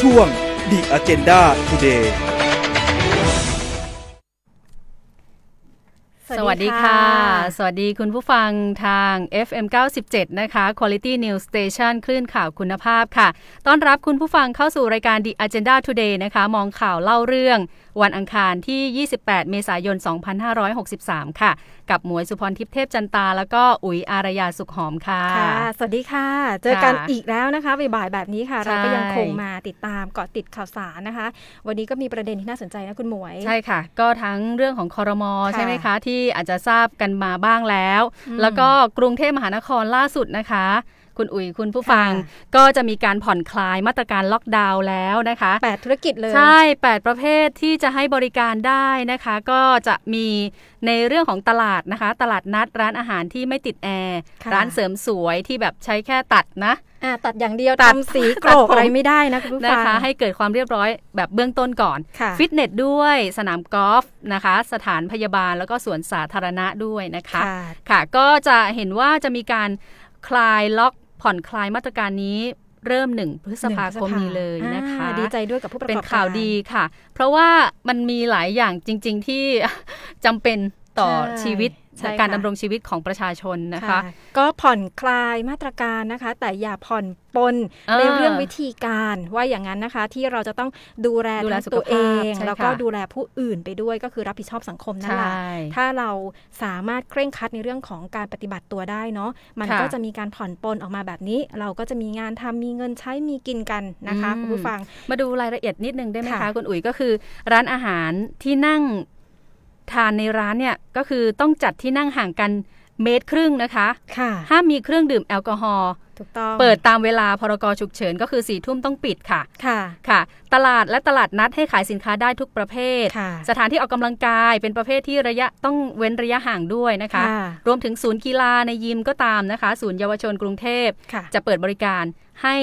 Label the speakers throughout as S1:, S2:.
S1: ช่วง The Agenda Today
S2: สวัสดีค่ะ สวัสดีคุณผู้ฟังทาง FM 97 นะคะ Quality News Station คลื่นข่าวคุณภาพค่ะ ต้อนรับคุณผู้ฟังเข้าสู่รายการ The Agenda Today นะคะ มองข่าวเล่าเรื่อง วันอังคารที่ 28 เมษายน 2563 ค่ะ กับหมวยสุพรทิพย์เทพจันตา แล้วก็อุ๋ยอารยาสุขหอมค่ะ
S3: ค่ะ สวัสดีค่ะ เจอกัน
S2: ค่ะ
S3: อีกแล้วนะคะ บ่ายๆแบบนี้ค่ะ
S2: ใช่
S3: เราก็ยังคงมาติดตามเกาะติดข่าวสารนะคะ วันนี้ก็มีประเด็นที่น่าสนใจนะคุณหมวย
S2: ใช่ค่ะ ก็ทั้งเรื่องของคอรมอ
S3: ค่ะ
S2: ใช่ไหมคะ ที่อาจจะทราบกันมาบ้างแล้ว
S3: อืม
S2: แล้วก็กรุงเทพมหานครล่าสุดนะคะ คุณอุ๋ยคุณผู้ฟัง
S3: ค่ะ
S2: ก็จะมีการผ่อนคลายมาตรการล็อกดาวน์แล้วนะคะ
S3: แปดธุรกิจเลย
S2: ใช่ 8 ประเภทที่จะให้บริการได้นะคะ ก็จะมีในเรื่องของตลาดนะคะ ตลาดนัดร้านอาหารที่ไม่ติดแอร์
S3: ค่ะ
S2: ร้านเสริมสวยที่แบบใช้แค่ตัดนะ
S3: อ่ะตัดอย่างเดียว
S2: ตัด
S3: ทำสีโก
S2: ตั
S3: ร
S2: ด
S3: ก
S2: ผม
S3: อะไรไม่ได้นะคุณผู้
S2: นะ
S3: ฟัง
S2: คะ ให้เกิดความเรียบร้อยแบบเบื้องต้นก่อน
S3: ค่ะ
S2: ฟิตเนสด้วยสนามกอล์ฟนะคะ สถานพยาบาลแล้วก็สวนสาธารณะด้วยนะคะ
S3: ค่ะ
S2: ค่ะก็จะเห็นว่าจะมีการคลายล็อกผ่อนคลายมาตรการนี้เริ่มหนึ่งพฤษภาคมนี้เลยนะคะ
S3: อ่าดีใจด้วยกับผู้ประกอบ
S2: เป็น
S3: การ
S2: ข่าวดีค่ะ เพราะว่ามันมีหลายอย่างจริง ๆ ที่ จำเป็นต่อ
S3: ใช่
S2: ชีวิต
S3: ใช่ค่ะ
S2: การดำรงชีวิตของประชาชนนะคะ
S3: ก็ผ่อนคลายมาตรการนะคะ แต่อย่าผ่อนปลน
S2: เออ
S3: ในเรื่องวิธีการว่าอย่างนั้นนะคะ ที่เราจะต้องดูแล
S2: ดูแล
S3: ทั้ง
S2: สุข
S3: ตัวเอ
S2: ภาพ
S3: ง
S2: ใช่
S3: แล้วก็
S2: ค่ะ
S3: ดูแลผู้อื่นไปด้วยก็คือรับผิดชอบสังคมนั่นแหละ
S2: ใช่
S3: ถ้าเราสามารถเคร่งครัดในเรื่องของการปฏิบัติตัวได้เนาะมัน
S2: ค่ะ
S3: ก็จะมีการผ่อนปลนออกมาแบบนี้ เราก็จะมีงานทำมีเงินใช้มีกินกันนะคะคุณผู้ฟัง
S2: มาดูรายละเอียดนิดนึงได้ไหมคะ
S3: ค่ะ
S2: คุณอุ๋ยก็คือ ร้านอาหารที่นั่งทานในร้านเนี่ยก็คือต้องจัดที่นั่งห่างกันเมตรครึ่งนะคะ
S3: ค่ะ
S2: ห้ามมีเครื่องดื่มแอลกอฮอล์
S3: ถูกต้อง
S2: เปิดตามเวลาพรกฉุกเฉินก็คือสี่ทุ่มต้องปิดค่ะ
S3: ค่ะ
S2: ค่ะ ตลาดและตลาดนัดให้ขายสินค้าได้ทุกประเภท
S3: ค่ะ
S2: สถานที่ออกกำลังกายเป็นประเภทที่ระยะต้องเว้นระยะห่างด้วยนะคะ
S3: ค่ะ
S2: รวมถึงศูนย์กีฬาในยิมก็ตามนะคะ ศูนย์เยาวชนกรุงเทพ
S3: ค่ะ
S2: จะเปิดบริการให้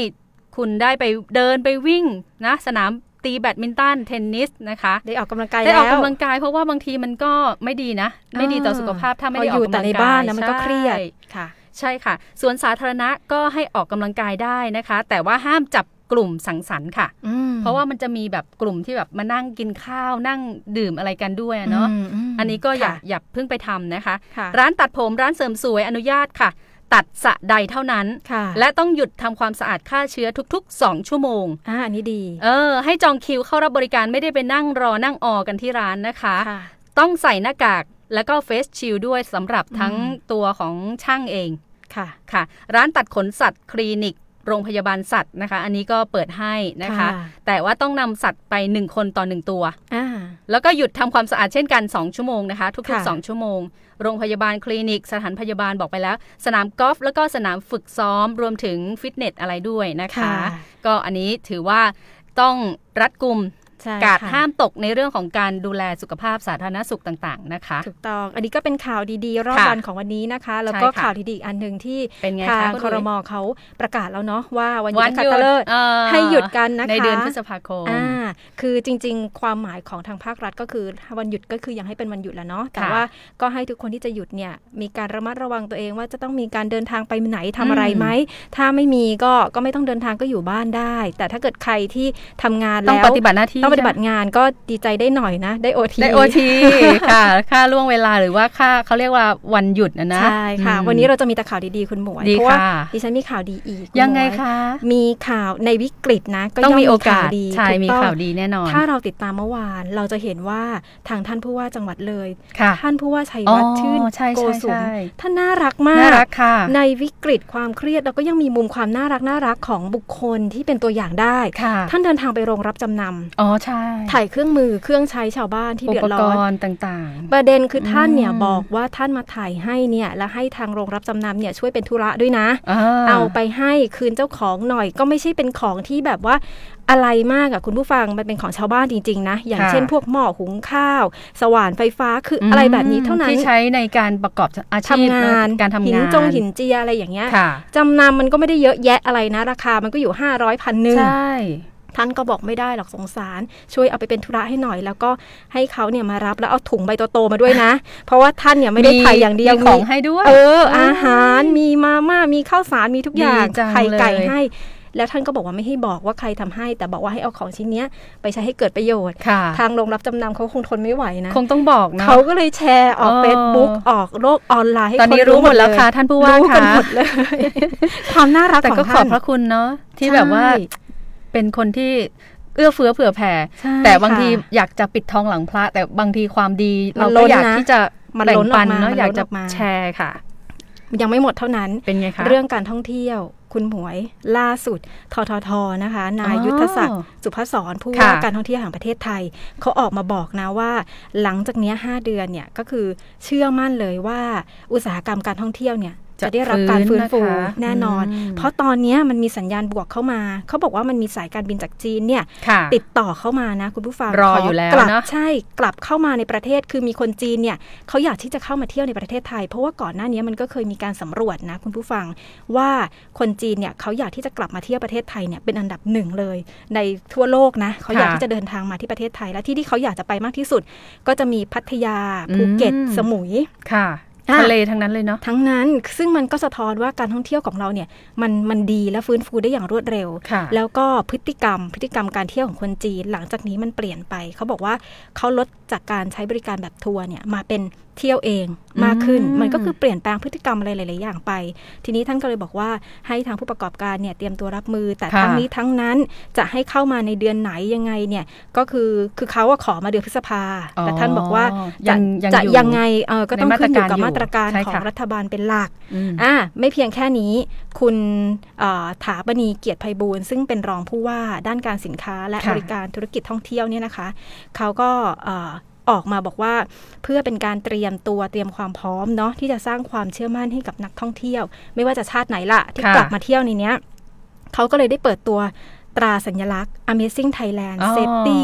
S2: คุณได้ไปเดินไปวิ่งนะสนามตีแบดมินตันเทนนิสนะคะ
S3: ได้ออกกำลังกาย
S2: ได้ออก
S3: แล้ว
S2: กำลังกายเพราะว่าบางทีมันก็ไม่ดีนะ ไม่ดีต่อสุขภาพถ้าไม่ได้ออก
S3: ยู่
S2: กำ
S3: แต่
S2: ลัง
S3: ใน
S2: กาย
S3: บ้านนะมันก็เครียด
S2: ใช่
S3: ค่ะ
S2: ใช่ค่ะสวนสาธารณะก็ให้ออกกำลังกายได้นะคะ แต่ว่าห้ามจับกลุ่มสังสรรค์ค่ะ
S3: อืม
S2: เพราะว่ามันจะมีแบบกลุ่มที่แบบมานั่งกินข้าวนั่งดื่มอะไรกันด้วยอะเนาะ
S3: มม
S2: อันนี้ก็อย่า
S3: ค่ะ
S2: อย่าเพิ่งไปทำนะคะ
S3: ค่ะ
S2: ร้านตัดผมร้านเสริมสวยอนุญาตค่ะ ตัดสระใดเท่านั้น
S3: ค่ะ
S2: และต้องหยุดทำความสะอาดฆ่าเชื้อทุก ๆ 2 ชั่วโมง
S3: อ่าอันนี้ดี
S2: เออ ให้จองคิวเข้ารับบริการไม่ได้ไปนั่งรอนั่งออกันที่ร้านนะคะ
S3: ค่ะ
S2: ต้องใส่หน้ากากแล้วก็เฟสชิลด้วยสำหรับทั้ง
S3: อืม
S2: ตัวของช่างเอง
S3: ค่ะ
S2: ค่ะ ร้านตัดขนสัตว์คลินิก โรงพยาบาลสัตว์นะคะ อันนี้ก็เปิดให้นะคะ แต่ว่าต้องนำสัตว์ไปหนึ่งคนต่อหนึ่งตัว
S3: อ่า
S2: แล้วก็หยุดทำความสะอาดเช่นกัน 2 ชั่วโมงนะคะ ทุก
S3: ค่ะ
S2: ๆ 2 ชั่วโมง โรงพยาบาลคลินิก สถานพยาบาลบอกไปแล้ว สนามกอล์ฟแล้วก็สนามฝึกซ้อมรวมถึงฟิตเนสอะไรด้วยนะคะ
S3: ค่ะ
S2: ก็อันนี้ถือว่าต้องรัดกุม
S3: ใช่
S2: กาด
S3: ค่ะ
S2: ห้ามตกในเรื่องของการดูแลสุขภาพสาธารณสุขต่างๆนะคะ
S3: ถูกต้อง อันนี้ก็เป็นข่าวดีๆ รอบ
S2: ค่ะ
S3: วันของวันนี้นะคะ แล้วก็
S2: ใช่ค่ะ
S3: ข่าวดีๆอีกอันหนึ่งที่
S2: เป็นไง
S3: ทา
S2: คะ
S3: ง
S2: ณ
S3: คอรม
S2: ย
S3: อเขาประกาศแล้วเนาะว่าวันหยุ
S2: วั
S3: ด
S2: น
S3: นักขั
S2: หยุ
S3: ตฤก
S2: ด
S3: ษ์
S2: เอ่อ
S3: ให้หยุดกันนะคะ
S2: ในเดือนพฤษภาคม
S3: อ่าคือจริงๆ ความหมายของทางภาครัฐก็คือวันหยุดก็คือยังให้เป็นวันหยุดแหล้วเนาะแต่
S2: ค่ะ
S3: ว่าก็ให้ทุกคนที่จะหยุดเนี่ยมีการระมัดระวังตัวเองว่าจะต้องมีการเดินทางไปไหนทำอะไรไหมถ้าไม่มีก็ก็ไม่ต้องเดินทางก็อยู่บ้านได้ แต่ถ้าเกิดใครที่ทำงาน
S2: ต้อง
S3: แล้ว
S2: ปฏิบัติหน้าที่
S3: ต้องปฏิบัติงานก็ดีใจได้หน่อยนะ ได้โอที
S2: ได้โอที ค่ะ ค่าล่วงเวลาหรือว่าค่าเขาเรียกว่าวันหยุดนะนะ
S3: ใช่ค่ะ
S2: อืม
S3: วันนี้เราจะมีแต่ข่าวดีๆคุณหมวย
S2: ดี
S3: เพราะว่า
S2: ค่ะ
S3: ดิฉันมีข่าวดีอีกณ
S2: ยังไง
S3: หมว
S2: คะ
S3: มีข่าวในวิกฤตนะก็
S2: ต้อง
S3: ย่
S2: มีโอกาส
S3: ข่วดี
S2: ใช่
S3: ถูก
S2: มี
S3: ต้อง
S2: ข่าวดีแน่นอน
S3: ถ้าเราติดตามเมื่อวานเราจะเห็นว่าทางท่านผู้ว่าจังหวัดเลย
S2: ค่ะ
S3: ท่านผู้ว่าชัย
S2: อ๋อ
S3: วัฒน์ชื่น
S2: ใช่
S3: โก
S2: ใช่
S3: สุม
S2: ใช่
S3: ท่านน่ารักมา
S2: น่าก รักค่ะ
S3: ในวิกฤตความเครียดเราก็ยังมีมุมความน่ารักน่ารักของบุคคลที่เป็นตัวอย่างได้
S2: ค่ะ
S3: ท่านเดินทางไปโรงรับจำน
S2: อ๋อใช่
S3: ำถ่ายเครื่องมือเครื่องใช้ชาวบ้านที่
S2: อุ
S3: เดือ
S2: ป
S3: ด
S2: ก
S3: ร้อน
S2: รณ์ต่าง
S3: ประเด็นคือท่านเนี่ย
S2: อืม
S3: บอกว่าท่านมาถ่ายให้เนี่ยแล้วให้ทางโรงรับจำนำเนี่ยช่วยเป็นธุระด้วยนะ
S2: ๆอ่
S3: เอาไปให้คืนเจ้าของหน่อย ก็ไม่ใช่เป็นของที่แบบว่าอะไรมากอะคุณผู้ฟังมันเป็นของชาวบ้านจริงๆนะ อย่างเช่นพวกหม้อหุงข้าว สว่านไฟฟ้าคือ
S2: ม
S3: อะไรแบบนี้เท่านั้น
S2: ที่ใช้ในการประกอบอาชีพ
S3: ทำงาน
S2: การทำงาน
S3: หินจงหินเจียอะไรอย่างเงี้ย
S2: ค่ะ
S3: จำนำมันก็ไม่ได้เยอะแยะอะไรนะ ราคามันก็อยู่ 500พันหนึ่ง
S2: ใช่
S3: ท่านก็บอกไม่ได้หรอกสงสาร ช่วยเอาไปเป็นธุระให้หน่อย แล้วก็ให้เขาเนี่ยมารับแล้วเอาถุงใบโตๆมาด้วยนะ เพราะว่าท่านเนี่ยไม่ได้ถ่ายอย่างเดียว
S2: มีของให้ด้วย
S3: เอออาหารมีมาม่ามีข้าวสารมีทุกอย่าง
S2: ดีจัง
S3: ไข่ไก่
S2: เลย
S3: ให้ แล้วท่านก็บอกว่าไม่ให้บอกว่าใครทำให้ แต่บอกว่าให้เอาของชิ้นเนี้ยไปใช้ให้เกิดประโยชน์
S2: ค่ะ
S3: ทางโรงรับจำนำเขาคงทนไม่ไหวนะ
S2: คงต้องบอกนะ
S3: เขาก็เลยแชร์ออก
S2: เออ
S3: เฟซบุ๊กออกโลกออนไลน์ให้
S2: ตอนนี้
S3: ค
S2: รู้หมดแล้ว
S3: เย
S2: ค่ะ ท่านผู้ว่า
S3: รู้กัน
S2: ค่ะ
S3: หมด เลย ความน่ารัก
S2: แต่
S3: ของ
S2: ก็ขอ
S3: ท่า
S2: บ
S3: น
S2: พระคุณเนาะที่แบบว่าเป็นคนที่เอื้อเฟื้อเผื่อแผ่
S3: ใช่
S2: แต่บางที
S3: ค่ะ
S2: อยากจะปิดทองหลังพระ แต่บางทีความดี
S3: มัน
S2: เราก็
S3: ล้น
S2: อยาก
S3: นะ
S2: ที่จะ
S3: มัน
S2: แบ่ง
S3: ล้นออก
S2: ปัน
S3: มา
S2: เนาะ
S3: มัน
S2: อยาก
S3: ล้น
S2: จะ
S3: ออกมา
S2: แชร์ค่ะ
S3: ยังไม่หมดเท่านั้น
S2: เป็นไงคะ
S3: เรื่องการท่องเที่ยว คุณหมวยล่าสุดทททนะคะ นายยุทธศักดิ์
S2: อ๋อ
S3: สุภศรผู้
S2: ค่ะ
S3: ว่าการท่องเที่ยวแห่งประเทศไทย เขาออกมาบอกนะว่า หลังจากเนี้ย5เดือนเนี่ยก็คือเชื่อมั่นเลยว่า อุตสาหกรรมการท่องเที่ยวเนี่ยจะได้รับการฟื้นฟู
S2: ะคะ
S3: แน่นอน
S2: ม
S3: เพราะตอนเนี้ยมันมีสัญญาณบวกเข้ามา เขาบอกว่ามันมีสายการบินจากจีนเนี่ย
S2: ค่ะ
S3: ติดต่อเข้ามานะ คุณผู้ฟัง
S2: รอ
S3: ข
S2: อยู่แล้ว
S3: กลับ
S2: เนอะ
S3: ใช่กลับเข้ามาในประเทศคือมีคนจีนเนี่ยเขาอยากที่จะเข้ามาเที่ยวในประเทศไทย เพราะว่าก่อนหน้านี้มันก็เคยมีการสำรวจนะ คุณผู้ฟังว่าคนจีนเนี่ยเขาอยากที่จะกลับมาเที่ยวประเทศไทยเนี่ยเป็นอันดับหนึ่งเลย ในทั่วโลกนะเขาอยากที่จะเดินทางมาที่ประเทศไทย และที่ที่เขาอยากจะไปมากที่สุด ก็จะมีพัทยาภูเก็ตสมุย
S2: ค่ะ
S3: อ่ะ
S2: ทะเลทั้งนั้นเลยเนาะ
S3: ทั้งนั้นซึ่งมันก็สะท้อนว่าการท่องเที่ยวของเราเนี่ยมันมันดีและฟื้นฟูได้อย่างรวดเร็ว
S2: ค่ะ
S3: แล้วก็พฤติกรรมพฤติกรรมการเที่ยวของคนจีนหลังจากนี้มันเปลี่ยนไป เขาบอกว่าเขาลดจากการใช้บริการแบบทัวร์เนี่ยมาเป็นเที่ยวเองมากขึ้น
S2: อืม
S3: มันก็คือเปลี่ยนแปลงพฤติกรรมอะไรหลาย ๆ อย่างไป ทีนี้ท่านก็เลยบอกว่าให้ทางผู้ประกอบการเนี่ยเตรียมตัวรับมือแต่ทั้งนี้ทั้งนั้นจะให้เข้ามาในเดือนไหนยังไงเนี่ยก็คือคือเขาอะขอมาเดือนพฤษภาแต่ท่านบอกว่า
S2: อ๋อ
S3: จะ
S2: ยัง
S3: จะ
S2: อ
S3: ยังไงเออก็ต้องขึ้นอยู่กับ
S2: ใน
S3: มา
S2: มา
S3: ต
S2: ต
S3: ร
S2: ร
S3: กา
S2: การ รอยู่ใช่
S3: ของ
S2: ค่ะ
S3: รัฐบาลเป็นหลัก
S2: อืม
S3: อ่ะไม่เพียงแค่นี้คุณเอ่อถาปณีเกียรติภัยบูลย์ซึ่งเป็นรองผู้ว่าด้านการสินค้าและ
S2: ค่ะ
S3: บริการธุรกิจท่องเที่ยวเนี่ยนะคะ เขาก็เอ่อออกมาบอกว่าเพื่อเป็นการเตรียมตัวเตรียมความพร้อมเนาะที่จะสร้างความเชื่อมั่นให้กับนักท่องเที่ยว ไม่ว่าจะชาติไหนล่ะ ที่
S2: ค่ะ
S3: กลับมาเที่ยวในเนี้ยเขาก็เลยได้เปิดตัวตราสัญลักษณ์ Amazing Thailand
S2: อ๋อ
S3: Safety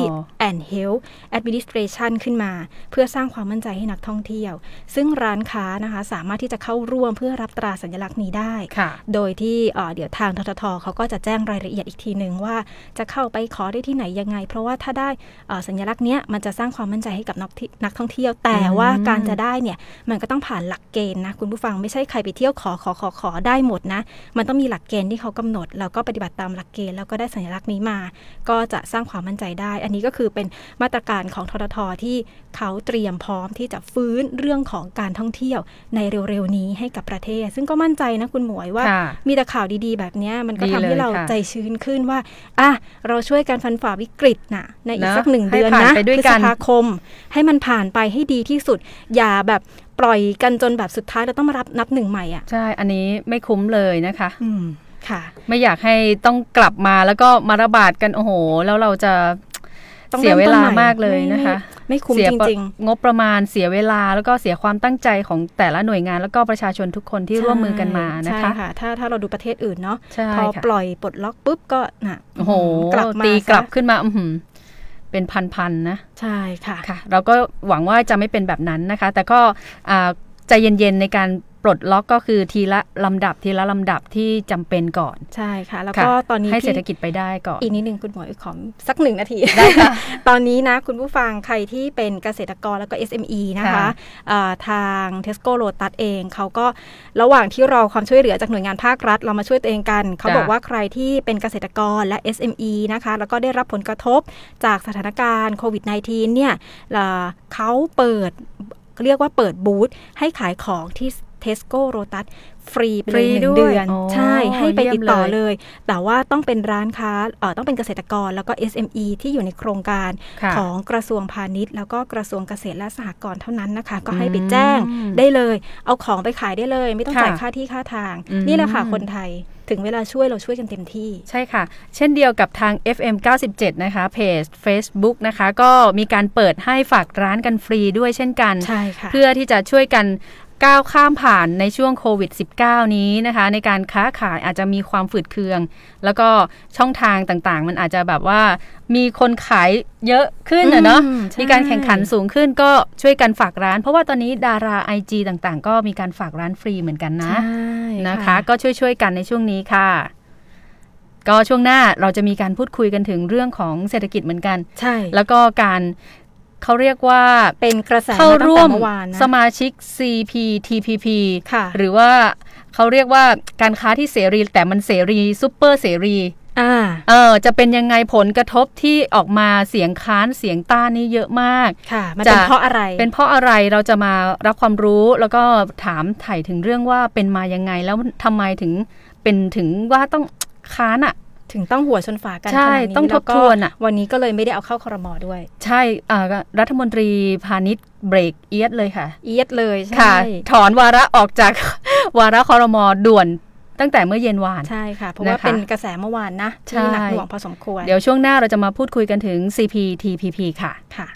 S3: and Health Administration ขึ้นมา เพื่อสร้างความมั่นใจให้นักท่องเที่ยว ซึ่งร้านค้านะคะสามารถที่จะเข้าร่วมเพื่อรับตราสัญลักษณ์นี้ได้
S2: ค่ะ
S3: โดยที่เอ่อเดี๋ยวทางทททเขาก็จะแจ้งรายละเอียดอีกทีหนึ่งว่าจะเข้าไปขอได้ที่ไหนยังไง เพราะว่าถ้าได้เอ่อสัญลักษณ์เนี้ยมันจะสร้างความมั่นใจให้กับนักที่นักท่องเที่ยว แต่
S2: อืม
S3: ว่าการจะได้เนี่ยมันก็ต้องผ่านหลักเกณฑ์นะคุณผู้ฟังไม่ใช่ใครไปเที่ยวขอขอขอขอได้หมดนะมันต้องมีหลักเกณฑ์ที่เขากำหนด แล้วก็ปฏิบัติตามหลักเกณฑ์แล้วก็ได้สัญลักษณ์นี้มา ก็จะสร้างความมั่นใจได้ อันนี้ก็คือเป็นมาตรการของทททที่เขาเตรียมพร้อมที่จะฟื้นเรื่องของการท่องเที่ยวในเร็วๆนี้ให้กับประเทศ ซึ่งก็มั่นใจนะคุณหมวยว่า
S2: ค่ะ
S3: มีแต่ข่าวดีๆ แบบเนี้ยมันก็
S2: ดี
S3: ทำให้
S2: เลย
S3: เรา
S2: ค่ะ
S3: ใจชื้นขึ้นว่าอ่ะเราช่วยกันฟันฝ่าวิกฤตน่ะในอีก
S2: นะ
S3: สักหนึ่ง
S2: ให้
S3: เดือน
S2: ผ่าน
S3: นะ
S2: ไปด้วย
S3: พฤ
S2: กั
S3: ษ
S2: น
S3: ภาคม ให้มันผ่านไปให้ดีที่สุด อย่าแบบปล่อยกันจนแบบสุดท้ายเราต้องมารับนับหนึ่งใหม่อ่ะ
S2: ใช่ อันนี้ไม่คุ้มเลยนะคะ
S3: อืมค่ะ
S2: ไม่อยากให้ต้องกลับมาแล้วก็มาระบาดกันโอ้โห แล้วเราจะ
S3: ต้อง
S2: เสียเวลา
S3: เริ่มต้นใหม่
S2: มากเลย
S3: ไม่
S2: นะคะ
S3: ไม่คุ้ม
S2: เสีย
S3: จ
S2: ปะ
S3: ริง
S2: งบประมาณเสียเวลาแล้วก็เสียความตั้งใจของแต่ละหน่วยงาน แล้วก็ประชาชนทุกคน
S3: ๆ
S2: ที่ร่วมมือกันมานะ
S3: ใช่
S2: คะ
S3: ค่ะ ถ้าถ้าเราดูประเทศอื่นเนาะ
S2: ใช่
S3: พอ
S2: ค่ะ
S3: ปล่อยปลดล็อกปุ๊บก็น่ะ
S2: โอ้โห
S3: กลับมา
S2: ตีกลับ
S3: ซะ
S2: ขึ้นมาอือหือเป็นพันๆนะ
S3: ใช่ค่ะ
S2: ค่ะเราก็หวังว่าจะไม่เป็นแบบนั้นนะคะ แต่ก็อ่าใจเย็นๆในการปลดล็อกก็คือทีละลำดับทีละลำดับที่จำเป็นก่อน
S3: ใช่ค่ะ แล้ว
S2: ค่ะ
S3: ก็ตอนนี้
S2: ให้เศรษฐ
S3: พี่
S2: กิจไปได้ก่อน
S3: อีกนิดนึงคุณหมวยขอสักหนึ่งนาที
S2: ได้ค่ะ
S3: ตอนนี้นะ คุณผู้ฟังใครที่เป็นเกษตรกรแล้วก็ SME นะคะ
S2: ค่ะ
S3: เอ่อทาง Tesco l o t u s เองเขาก็ระหว่างที่รอความช่วยเหลือจากหน่วยงานภาครัฐ เรามาช่วยตัวเองกัน เขาบอกว่าใครที่เป็นเกษตรกรและ SME นะคะแล้วก็ได้รับผลกระทบจากสถานการณ์โควิด -19 เนี่ยเอ่อเขาเปิดเรียกว่าเปิดบูธให้ขายของที่ Tesco l o t u s ฟรีไปเลยหนึ่งเดือน
S2: ฟรีด้วยอ๋อ
S3: ใช่ให้ไปติดต่อ
S2: เยี่ยม
S3: เล
S2: เลย ย
S3: แต่ว่าต้องเป็นร้านค้าเอ่อต้องเป็นเกษตรกรแล้วก็ SME ที่อยู่ในโครงการ
S2: ค่ะ
S3: ของกระทรวงพาณิชย์ แล้วก็กระทรวงเกษตรและสหกรณ์เท่านั้นนะคะ ก็ให้
S2: อืม
S3: ไปแจ้งได้เลย เอาของไปขายได้เลย ไม่ต้อง
S2: ค่ะ
S3: จ่ายค่าที่ค่าทาง
S2: อืม
S3: นี่แหละค่ะคนไทยถึงเวลาช่วยเราช่วยกันเต็มที่
S2: ใช่ค่ะ เช่นเดียวกับทาง FM 97 นะคะเพจ Facebook นะคะ ก็มีการเปิดให้ฝากร้านกันฟรีด้วยเช่นกัน
S3: ใช่ค่ะ
S2: เพื่อที่จะช่วยกันก้าวข้ามผ่านในช่วงโควิด -19 นี้นะคะ ในการค้าขายอาจจะมีความฝืดเคือง แล้วก็ช่องทางต่างๆ มันอาจจะแบบว่ามีคนขายเยอะขึ้น
S3: อืม
S2: นะเนาะ
S3: ใช่
S2: มีการแข่งขันสูงขึ้นก็ช่วยกันฝากร้าน เพราะว่าตอนนี้ดารา IG ต่างๆ ก็มีการฝากร้านฟรีเหมือนกันนะ
S3: ใช่
S2: นะคะ ก็ช่วยๆกันในช่วงนี้ค่ะ ก็ช่วงหน้าเราจะมีการพูดคุยกันถึงเรื่องของเศรษฐกิจเหมือนกัน
S3: ใช่
S2: แล้วก็การเขาเรียกว่า
S3: เป็นกระแส
S2: เข้าร่ว
S3: ตั้
S2: ม
S3: งแต่เมื่อวานนะ
S2: สมาชิก CPTPP
S3: ค่ะ
S2: หรือว่าเขาเรียกว่าการค้าที่เสรีแต่มันเสรีซูเปอร์เสรี
S3: อ่า
S2: เออจะเป็นยังไงผลกระทบที่ออกมาเสียงค้านเสียงต้านนี่เยอะมาก
S3: ค่ะ มันเป็น
S2: จะ
S3: เพราะอะไร
S2: เป็นเพราะอะไรเราจะมารับความรู้แล้วก็ถามไถ่ถึงเรื่องว่าเป็นมายังไงแล้วทำไมถึงเป็นถึงว่าต้องค้านอ่ะ
S3: ถึงต้องหัวชนฝากันข
S2: ใช่
S3: นาดนี้
S2: ต้องทบทวน
S3: แล้
S2: อะ
S3: ก็วันนี้ก็เลยไม่ได้เอาเข้าครมด้วย
S2: ใช่เอ่อรัฐมนตรีพาณิชย์เบรกเอียดเลยค่ะ
S3: เอียดเลยใช่
S2: ค่ะ ถอนวาระออกจาก วาระคอรมอด่วนตั้งแต่เมื่อเย็นวาน
S3: ใช่ค่ะ เพราะว่า
S2: นะคะ
S3: เป็นกระแสเมื่อวานนะ
S2: ใช่
S3: ที่หนักหน่วงพอสมควร
S2: เดี๋ยวช่วงหน้าเราจะมาพูดคุยกันถึง CPTPP ค่ะ
S3: ค่ะ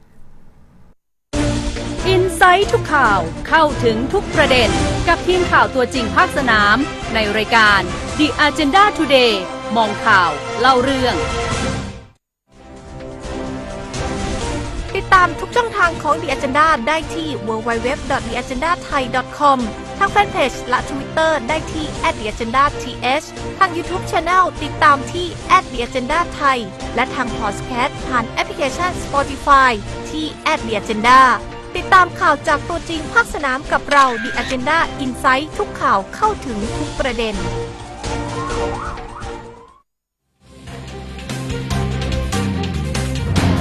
S2: อินไซต์ทุกข่าวเข้าถึงทุกประเด็น กับทีมข่าวตัวจริงภาคสนาม ในรายการ The Agenda Today มองข่าว เล่าเรื่อง
S4: ติดตามทุกช่องทางของ The Agenda ได้ที่ www.theagendathai.com ทางแฟนเพจและ Twitter ได้ที่ @theagendath ทาง YouTube Channel ติดตามที่ @theagendathai และทาง Podcast ผ่านแอปพลิเคชัน Spotify ที่ @theagenda ติดตามข่าวจากตัวจริงภาคสนามกับเรา The Agenda Insight ทุกข่าวเข้าถึงทุกประเด็น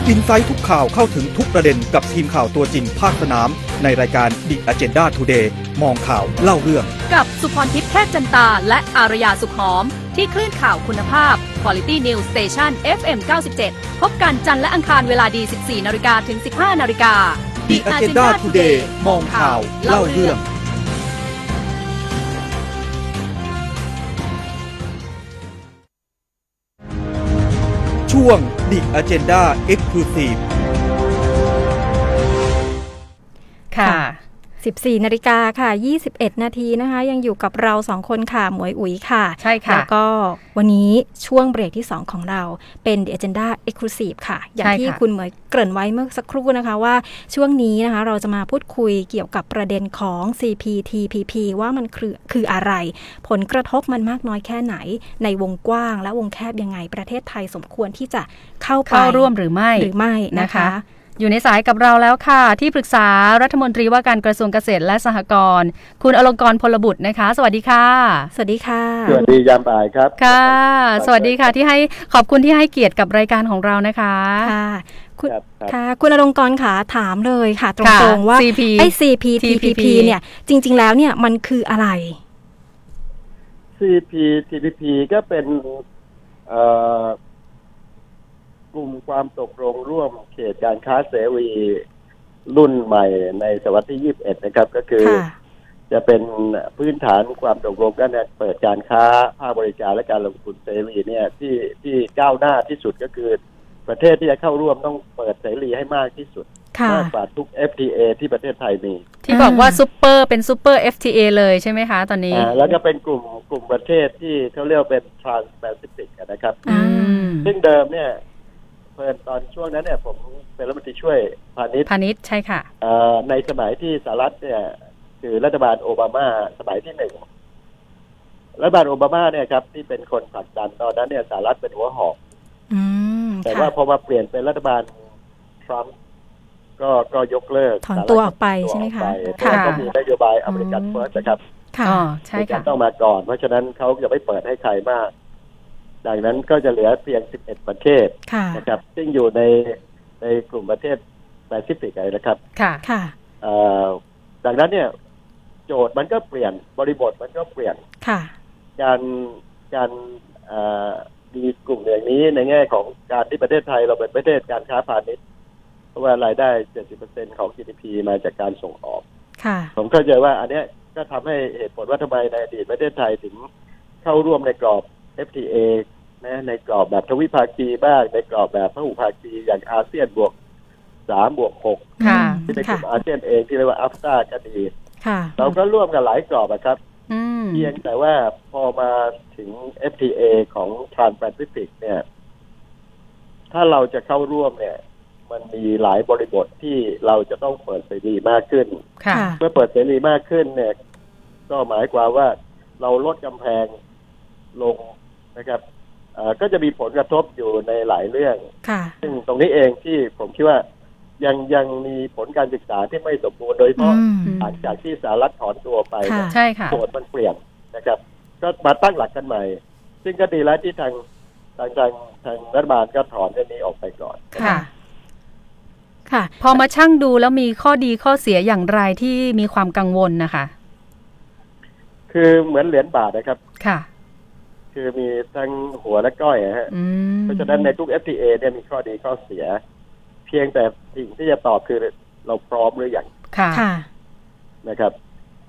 S1: อินไซต์ทุกข่าวเข้าถึงทุกประเด็นกับทีมข่าวตัวจริงภาคสนาม ในรายการ The Agenda Today มองข่าวเล่าเรื่อง
S2: กับสุพรทิพย์แพทย์จันตา และอารยาสุขหอม ที่คลื่นข่าวคุณภาพ Quality News Station FM 97 พบกันจันทร์และอังคารเวลาดี 14นาฬิกาถึง 15นาฬิกา
S1: The Agenda Today มองข่าวเล่าเรื่อง ช่วง The Agenda Exclusive
S3: ค่ะ 14นาฬิกาค่ะ 21 นาทีนะคะ ยังอยู่กับเราสองคนค่ะ หมวยอุ๋ยค่ะ
S2: ใช่ค่ะ
S3: แล้วก็วันนี้ช่วงเบรกที่ 2 ของเราเป็น The Agenda Exclusive ค่ะ อย่าง
S2: ใช่
S3: ที่
S2: ค่ะ
S3: คุณเหมยเกริ่นไว้เมื่อสักครู่นะคะว่าช่วงนี้นะคะเราจะมาพูดคุยเกี่ยวกับประเด็นของ CPTPP ว่ามันคือคืออะไร ผลกระทบมันมากน้อยแค่ไหน ในวงกว้างและวงแคบยังไง ประเทศไทยสมควรที่จะเข้าไป
S2: เข้าร่วมหรือไม่
S3: หรือไม่นะคะ
S2: นะคะ อยู่ในสายกับเราแล้วค่ะ ที่ปรึกษารัฐมนตรีว่าการกระทรวงเกษตรและสหกรณ์คุณอลงกรณ์พลบุตรนะคะ สวัสดีค่ะ
S3: สวัสดีค่ะ
S5: สวัสดียามบ่ายครับ
S2: ค่ะ สวัสดีค่ะที่ให้ขอบคุณที่ให้เกียรติกับรายการของเรานะคะ
S3: ค่ะคุณ
S5: ครับครับ
S3: ค่ะคุณอลงกรณ์ค่ะถามเลยค่ะ ตรงๆว่า
S2: CP
S3: ไอ้ CPTPP เนี่ยจริง ๆ แล้วเนี่ยมันคืออะไร
S5: CPTPP ก็เป็นเอ่อกลุ่มความตกลงร่วมเขตการค้าเสรีรุ่นใหม่ในศตวรรษที่ 21 นะครับ ก็คือ
S3: ค่ะ
S5: จะเป็นพื้นฐานความตกลงกันเปิดการค้าภาคบริการและการลงทุนเสรีเนี่ยที่ที่ก้าวหน้าที่สุดก็คือ ประเทศที่จะเข้าร่วมต้องเปิดเสรีให้มากที่สุด
S3: ค่ะ
S5: มากกว่าทุก FTA ที่ประเทศไทยมี
S2: ที่บอกว่าซูเปอร์เป็นซูเปอร์ FTA เลยใช่ไหมคะตอนนี้
S5: อ่าแล้วก็เป็นกลุ่มกลุ่มประเทศที่เขาเรียกว่าเป็น Trans-Pacific อะนะครับ
S3: อ่า
S2: อืม
S5: ซึ่งเดิมเนี่ยเพิ่นตอนช่วงนั้นเนี่ย ผมเป็นรัฐมนตรีช่วยพาณิชย์
S2: พาณิชย์ใช่ค่ะ
S5: เอ่อในสมัยที่สหรัฐเนี่ยคือรัฐบาลโอบามาสมัยที่หนึ่งรัฐบาลโอบามาเนี่ยครับที่เป็นคนผลักดันตอนนั้นเนี่ยสหรัฐเป็นหัวหอก
S3: อืม
S5: แต่ว่า
S3: ค่ะ
S5: พอมาเปลี่ยนเป็นรัฐบาลทรัมป์ก็ก็ยกเลิก
S3: ถอนตัวออกไปใช่ไหมคะ
S5: ถอน
S3: ค่ะ
S5: ตัวออกไปเพราะว่าเขามีนโยบายอเมริกันเฟิร์สนะครับ
S3: ค่ะ
S2: อ๋อ ใช่ค่ะ
S5: ที่จต้องมาก่อน เพราะฉะนั้นเขาจะไม่เปิดให้ใครมาก ดังนั้นก็จะเหลือเพียง 11 ประเทศ
S3: ค่ะ
S5: นะครับ ซึ่งอยู่ในในกลุ่มประเทศแปซิฟิกนะครับ
S2: ค่ะ
S3: ค่ะ
S5: เอ่อดังนั้นเนี่ย โจทย์มันก็เปลี่ยนบริบทมันก็เปลี่ยน
S3: ค่ะ
S5: การการเอ่อมีกลุ่มอย่างนี้ในแง่ของการที่ประเทศไทยเราเป็นประเทศการค้าพาณิชย์เพราะว่ารายได้ 70%ของ GDP มาจากการส่งออก
S3: ค่ะ
S5: ผมเข้าใจว่าอันเนี้ยก็ทำให้เหตุผลว่าทำไมในอดีตประเทศไทยถึงเข้าร่วมในกรอบ FTA นะในกรอบแบบทวิภาคีบ้าง ในกรอบแบบพหุภาคีอย่างอาเซียนบวกสามบวกหก
S2: ค่ะ
S5: ที่เป็นก
S3: ค่ะ
S5: ลุ่มอาเซียนเองที่เรียกว่าอัฟตาก็ดี
S3: ค่ะ
S5: เราก็ร่วมกันหลายกรอบอะครับ
S2: อืม
S5: เพียงแต่ว่าพอมาถึง FTA ของทราน s ปซิฟิกเนี่ย ถ้าเราจะเข้าร่วมเนี่ย มันมีหลายบริบทที่เราจะต้องเปิดเสรีมากขึ้น
S2: ค่ะ
S3: ค่ะ
S5: เมื่อเปิดเสรีมากขึ้นเนี่ย ก็หมายความว่าเราลดกำแพงลงนะครับเอ่อก็จะมีผลกระทบอยู่ในหลายเรื่อง
S3: ค่ะ
S5: ซึ่งตรงนี้เองที่ผมคิดว่ายังยังมีผลการศึกษาที่ไม่สมบูรณ์โดยเฉ
S3: อื
S5: พาะ
S3: ม
S5: หลังจากที่สหรัฐถอนตัวไปเนี่ย
S3: ค่ะ
S2: ใช่ค่ะ
S5: โจทย์มันเปลี่ยนนะครับ ก็มาตั้งหลักกันใหม่ ซึ่งก็ดีแล้วที่ทาง ทางทางทางรัฐบาลก็ถอนเรื่องนี้ออกไปก่อน
S2: ค่ะ
S3: ค่ะ
S2: พอมาชั่งดูแล้วมีข้อดีข้อเสียอย่างไรที่มีความกังวลนะคะ
S5: คือเหมือนเหรียญบาทนะครับ
S2: ค่ะ
S5: คือมีทั้งหัวและก้อยอะฮะ
S2: อืม
S5: เพราะฉะนั้นในทุก FTA เนี่ยมีข้อดีข้อเสีย เพียงแต่สิ่งที่จะตอบคือเราพร้อมหรือยัง
S2: ค่ะ
S3: ค่ะ
S5: นะครับ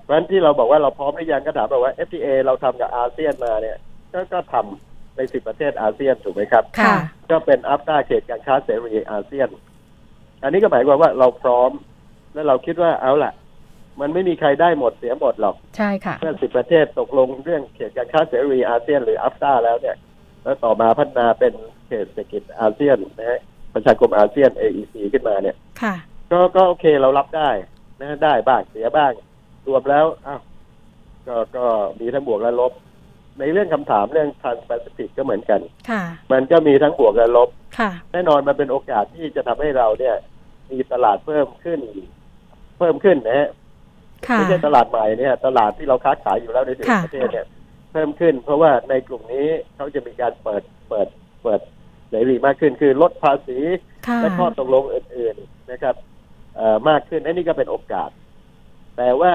S5: เพราะฉะนั้นที่เราบอกว่าเราพร้อมหรือยังก็ถามบอกว่า FTA เราทำกับอาเซียนมาเนี่ย ก็ก็ทำในสิบประเทศอาเซียนถูกไหมครับ
S2: ค่ะ
S5: ก็เป็นอัปตาเขตการค้าเสรีอาเซียน อันนี้ก็หมายความว่าเราพร้อม และเราคิดว่าเอาล่ะ มันไม่มีใครได้หมดเสียหมดหรอก
S2: ใช่ค่ะ
S5: เมื่อสิบประเทศตกลงเรื่องเขตการค้าเสรีอาเซียนหรืออัฟตาแล้วเนี่ย แล้วต่อมาพัฒนาเป็นเขตเศรษฐกิจอาเซียนนะฮะประชาคมอาเซียน AEC ขึ้นมาเนี่ย
S3: ค่ะ
S5: ก็ก็โอเคเรารับได้นะฮะได้บ้างเสียบ้าง รวมแล้วอ้าวก็ก็มีทั้งบวกและลบ ในเรื่องคำถามเรื่องทางแปซิฟิกก็เหมือนกัน
S3: ค่ะ
S5: มันก็มีทั้งบวกและลบ
S3: ค่ะ
S5: แน่นอนมันเป็นโอกาสที่จะทำให้เราเนี่ย มีตลาดเพิ่มขึ้น เพิ่มขึ้นนะฮะ
S3: ค่ะ
S5: ไม่ใช่ตลาดใหม่เนี่ยตลาดที่เราค้าขายอยู่แล้วในต่าง
S3: ค่ะ
S5: ประเทศเนี่ยเพิ่มขึ้น เพราะว่าในกลุ่มนี้เขาจะมีการเปิดเปิดเปิดเสรีมากขึ้น คือลดภาษี
S3: ค่ะ
S5: และข้อตกลงอื่น ๆนะครับเอ่อมากขึ้นอันนี้ก็เป็นโอกาส แต่ว่า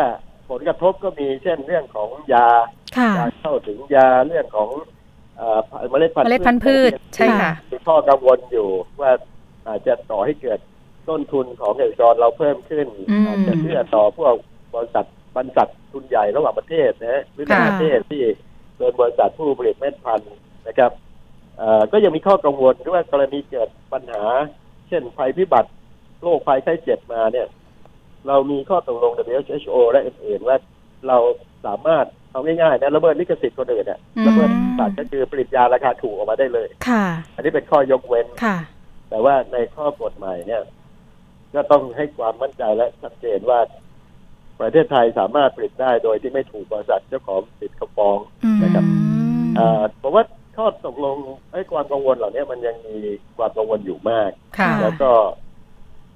S5: ผลกระทบก็มีเช่นเรื่องของยา
S3: ค่ะ
S5: การเข้าถึงยาเรื่องของเอ่อเมล็ดพันธุ์
S2: เมล็ดพันธุ์พืชใช่ค่ะ
S5: มีข้อกังวลอยู่ว่าอาจจะต่อให้เกิดต้นทุนของเอกชนเราเพิ่มขึ้น
S2: อืม
S5: อาจจะเชื่อต่อพวกบริษัทบริษัททุนใหญ่ระหว่างประเทศนะฮะหรือใน
S2: ค่ะ
S5: ประเทศที่เป็นบริษัทผู้ผลิตเม็ดพันธุ์นะครับเอ่อก็ยังมีข้อกังวลด้วยว่ากรณีเกิดปัญหา เช่นภัยพิบัติโรคภัยไข้เจ็บมาเนี่ย เรามีข้อตกลง WHO และอื่นๆว่าเราสามารถเอาง่ายๆนะระเบิดลิขสิทธิ์คนอื่นเนี่ย
S2: อืม
S5: ระเบิดสัตว์ก็คือผลิตยาราคาถูกออกมาได้เลย
S3: ค่ะ
S5: อันนี้เป็นข้อยกเว้น
S3: ค่ะ
S5: แต่ว่าในข้อกฎหมายเนี่ย ก็ต้องให้ความมั่นใจและชัดเจนว่า ประเทศไทยสามารถผลิตได้โดยที่ไม่ถูกบริษัทเจ้าของสิทธิ์เขาฟ้อง
S3: อืม
S5: นะครับ เอ่อผมว่าข้อตกลงไอ้ความกังวลเหล่านี้มันยังมีความกังวลอยู่มาก
S2: ค่ะ
S3: อ่า
S5: แล้วก็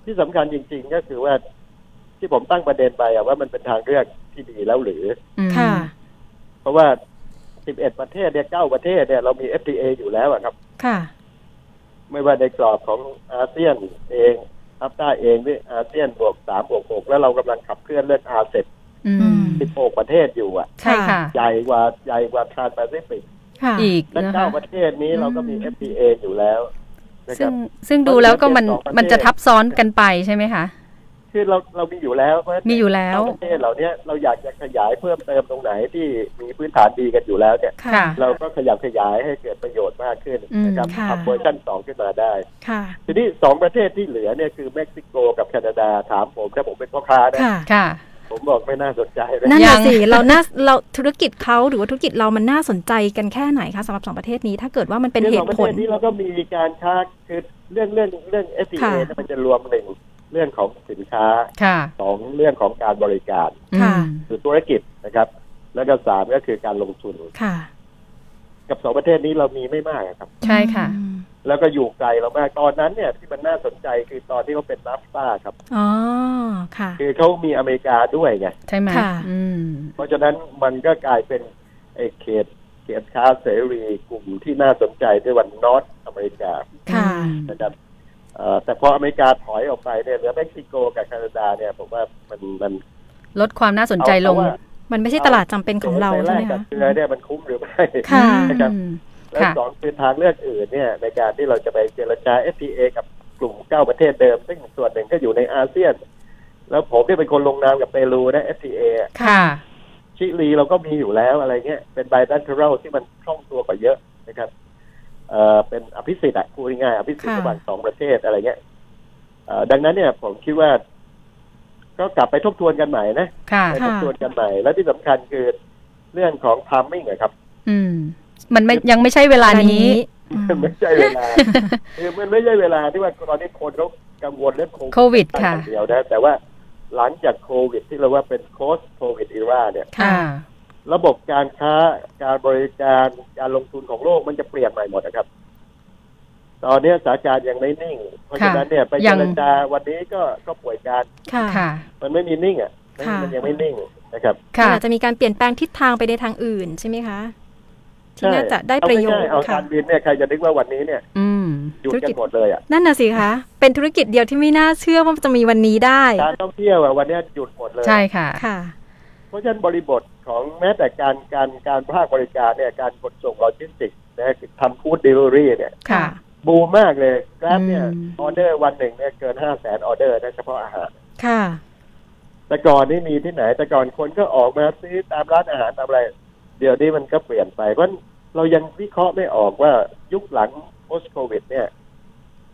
S5: ที่สำคัญจริง ๆ ก็คือว่าที่ผมตั้งประเด็นไปอะว่ามันเป็นทางเลือกที่ดีแล้วหรือ
S2: อืม
S3: ค่ะ
S5: เพราะว่า 11 ประเทศเนี่ย9ประเทศเนี่ยเรามี FTA อยู่แล้วอะครับ
S3: ค่ะ
S5: ไม่ว่าในกรอบของอาเซียนเองอัฟต้าเองหรืออาเซียนบวกสามบวกหกแล้วเรากำลังขับเคลื่อนเรื่องอาเซ็น
S2: อืม
S5: สิบหกประเทศอยู่อ่ะ
S2: ใช่ค่ะ
S5: ใหญ่กว่าใหญ่กว่าทรานส์แปซิฟิก
S3: ค่ะ
S2: อีก
S5: และ
S2: นะ
S5: เก้า
S2: คะ
S5: ประเทศนี้เราก็มี FTA อยู่แล้วนะค
S2: ซึ่
S5: รั
S2: ง
S5: บ
S2: ซึ่งดูแล้วก็มัน
S5: ประเทศสองประเทศ
S2: มันจะทับซ้อนกันไปใช่ไหมคะ
S5: คือเราเรามีอยู่แล้วเพราะฉะนั้น
S2: มีอยู่แล้ว
S5: เก้าประเทศเหล่าเนี้ยเราอยากจะขยายเพิ่มเติมตรงไหนที่มีพื้นฐานดีกันอยู่แล้วเนี่ย
S2: ค่ะ
S5: เราก็ขยับขยายให้เกิดประโยชน์มากขึ้นนะครับ
S3: อืมค่ะ
S5: ทำเวอร์ชันสองขึ้นมาได้
S3: ค่ะ
S5: ทีนี้สองประเทศที่เหลือเนี่ยคือเม็กซิโกกับแคนาดาถามผมถ้าผมเป็นพ่อค้านะ
S3: ค่ะ
S2: ค่ะ
S5: ผมบอกไม่น่าสนใจเลย
S3: นั่น
S2: ยั
S3: น่ะ
S2: ง
S3: สิ เราน่าเราธุรกิจเขาหรือว่าธุรกิจเรามันน่าสนใจกันแค่ไหนคะสำหรับสองประเทศนี้ถ้าเกิดว่ามันเป็นเห
S5: รื่องข
S3: ตุ
S5: องประ
S3: ผ
S5: เท
S3: ล
S5: ศนี้เราก็มีการค้าคือเรื่องเรื่องเรื่อง f t a
S3: ค่ะ
S5: เนี่ยมันจะรวมหนึ่งเรื่องของสินค้า
S2: ค่ะ
S5: สองเรื่องของการบริการ
S3: ค่ะ
S2: อืม
S5: คือธุรกิจนะครับ แล้วก็สามก็คือการลงทุน
S3: ค่ะ
S5: กับสองประเทศนี้เรามีไม่มากอะครับ
S2: ใช่ค่ะ
S3: อืม
S5: แล้วก็อยู่ไกลเรามากตอนนั้นเนี่ยที่มันน่าสนใจคือตอนที่เขาเป็นนัฟตาครับ
S3: อ๋อ ค่ะ
S5: คือเขามีอเมริกาด้วยไง
S2: ใช่ไหม
S3: ค่ะ
S2: อืม
S5: เพราะฉะนั้นมันก็กลายเป็นไอ้เขตเขตค้าเสรีกลุ่มที่น่าสนใจด้วยวันนอตอเมริกา
S3: ค่ะ
S5: นะครับเอ่อแต่พออเมริกาถอยออกไปเนี่ยเหลือเม็กซิโกกับแคนาดาเนี่ยผมว่ามันมัน
S2: ลดความน่าสนใจลง
S5: เอาว่า
S3: มันไม่ใช่ตลาดจำเป็นของเรา
S5: แล
S3: ใช่ไห
S5: ก
S3: ม
S5: กับ
S3: คะ
S5: เกลือเนี่ยมันคุ้มหรือไม่
S3: ค่ะ
S5: นะครับ
S2: อืม
S5: และ
S2: ค่ะ
S5: สองคือทางเลือกอื่นเนี่ย ในการที่เราจะไปเจรจา FTA กับกลุ่มเก้าประเทศเดิม ซึ่งส่วนหนึ่งก็อยู่ในอาเซียน แล้วผมเนี่ยเป็นคนลงนามกับเปรูนะ FTA อะ
S2: ค่ะ
S5: ชิลีเราก็มีอยู่แล้วอะไรเงี้ยเป็นไบ a t เทอรัลที่มันคล่องตัวกว่าเยอะนะครับเอ่อเป็นอภิสิทธิ์อะพูดง่ายๆอภิสิทธิ์
S3: ค่ะ
S5: ระหว่างสองประเทศอะไรเงี้ยเอ่อดังนั้นเนี่ย ผมคิดว่า ก็กลับไปทบทวนกันใหม่นะ
S2: ค่ะ
S5: ไปทบทวนกันใหม่ และที่สำคัญคือเรื่องของทามมิ่งครับ
S2: อืม มันไม่ยังไม่ใช่เวลานี้
S3: อืม
S5: ไม่ใช่เวลาคือมันไม่ใช่เวลาที่ว่าตอนนี้คนเขากังวลเรื่องโควิด
S2: โควิดค่ะ
S5: อย่างเดียวนะแต่ว่าหลังจากโควิด ที่เราว่าเป็นโคสโควิดอีราเนี่ย
S3: ค่ะ
S2: ค่ะ
S5: ระบบการค้าการบริการการลงทุนของโลกมันจะเปลี่ยนใหม่หมดนะครับ ตอนนี้สถานการณ์ยังไม่นิ่ง เพราะฉะนั้นเนี่ยไป
S2: ยั
S5: เจ
S2: ง
S5: รจาวันนี้ก็ก็ป่วยการ
S3: ค่ะ
S2: ค่ะ
S5: มันไม่มีนิ่งอ่ะนะ
S3: ค่ะ
S5: มันยังไม่นิ่งนะครับ
S2: ค่ะ
S3: อาจจะมีการเปลี่ยนแปลงทิศทางไปในทางอื่นใช่ไหมคะ ที่น่าจะได้ประโยช
S5: เอา
S3: น์
S5: ง่าๆเอา
S3: ค่ะ
S5: การบินเนี่ยใครจะนึกว่าวันนี้เนี่ย
S2: อืม
S5: หยุด
S2: ธุร
S5: กัน
S2: กิจ
S5: หมดเลยอ่ะ
S3: นั่นน่ะสิคะ เป็นธุรกิจเดียวที่ไม่น่าเชื่อว่าจะมีวันนี้ได้
S5: การท่องเที่ยวอ่ะวันเนี้ยหยุดหมดเลย
S2: ใช่ค่ะ
S3: ค่ะ
S5: เพราะฉะนั้นบริบทของแม้แต่การการการภาคบริการเนี่ยการขนส่งโลจิสติกส์นะทำฟู้ดเดลิเวอรี่เนี่ย
S2: ค่ะ
S5: บูมมากเลยแกร็บเนี่ย
S2: อืม
S5: ออเดอร์วันหนึ่งเนี่ยเกินห้าแสนออเดอร์นะเฉพาะอาหาร
S3: ค่ะ
S5: แต่ก่อนนี่มีที่ไหน แต่ก่อนคนก็ออกมาซื้อตามร้านอาหารตามอะไร เดี๋ยวนี้มันก็เปลี่ยนไปเพราะเรายังวิเคราะห์ไม่ออกว่ายุคหลัง post covid เนี่ย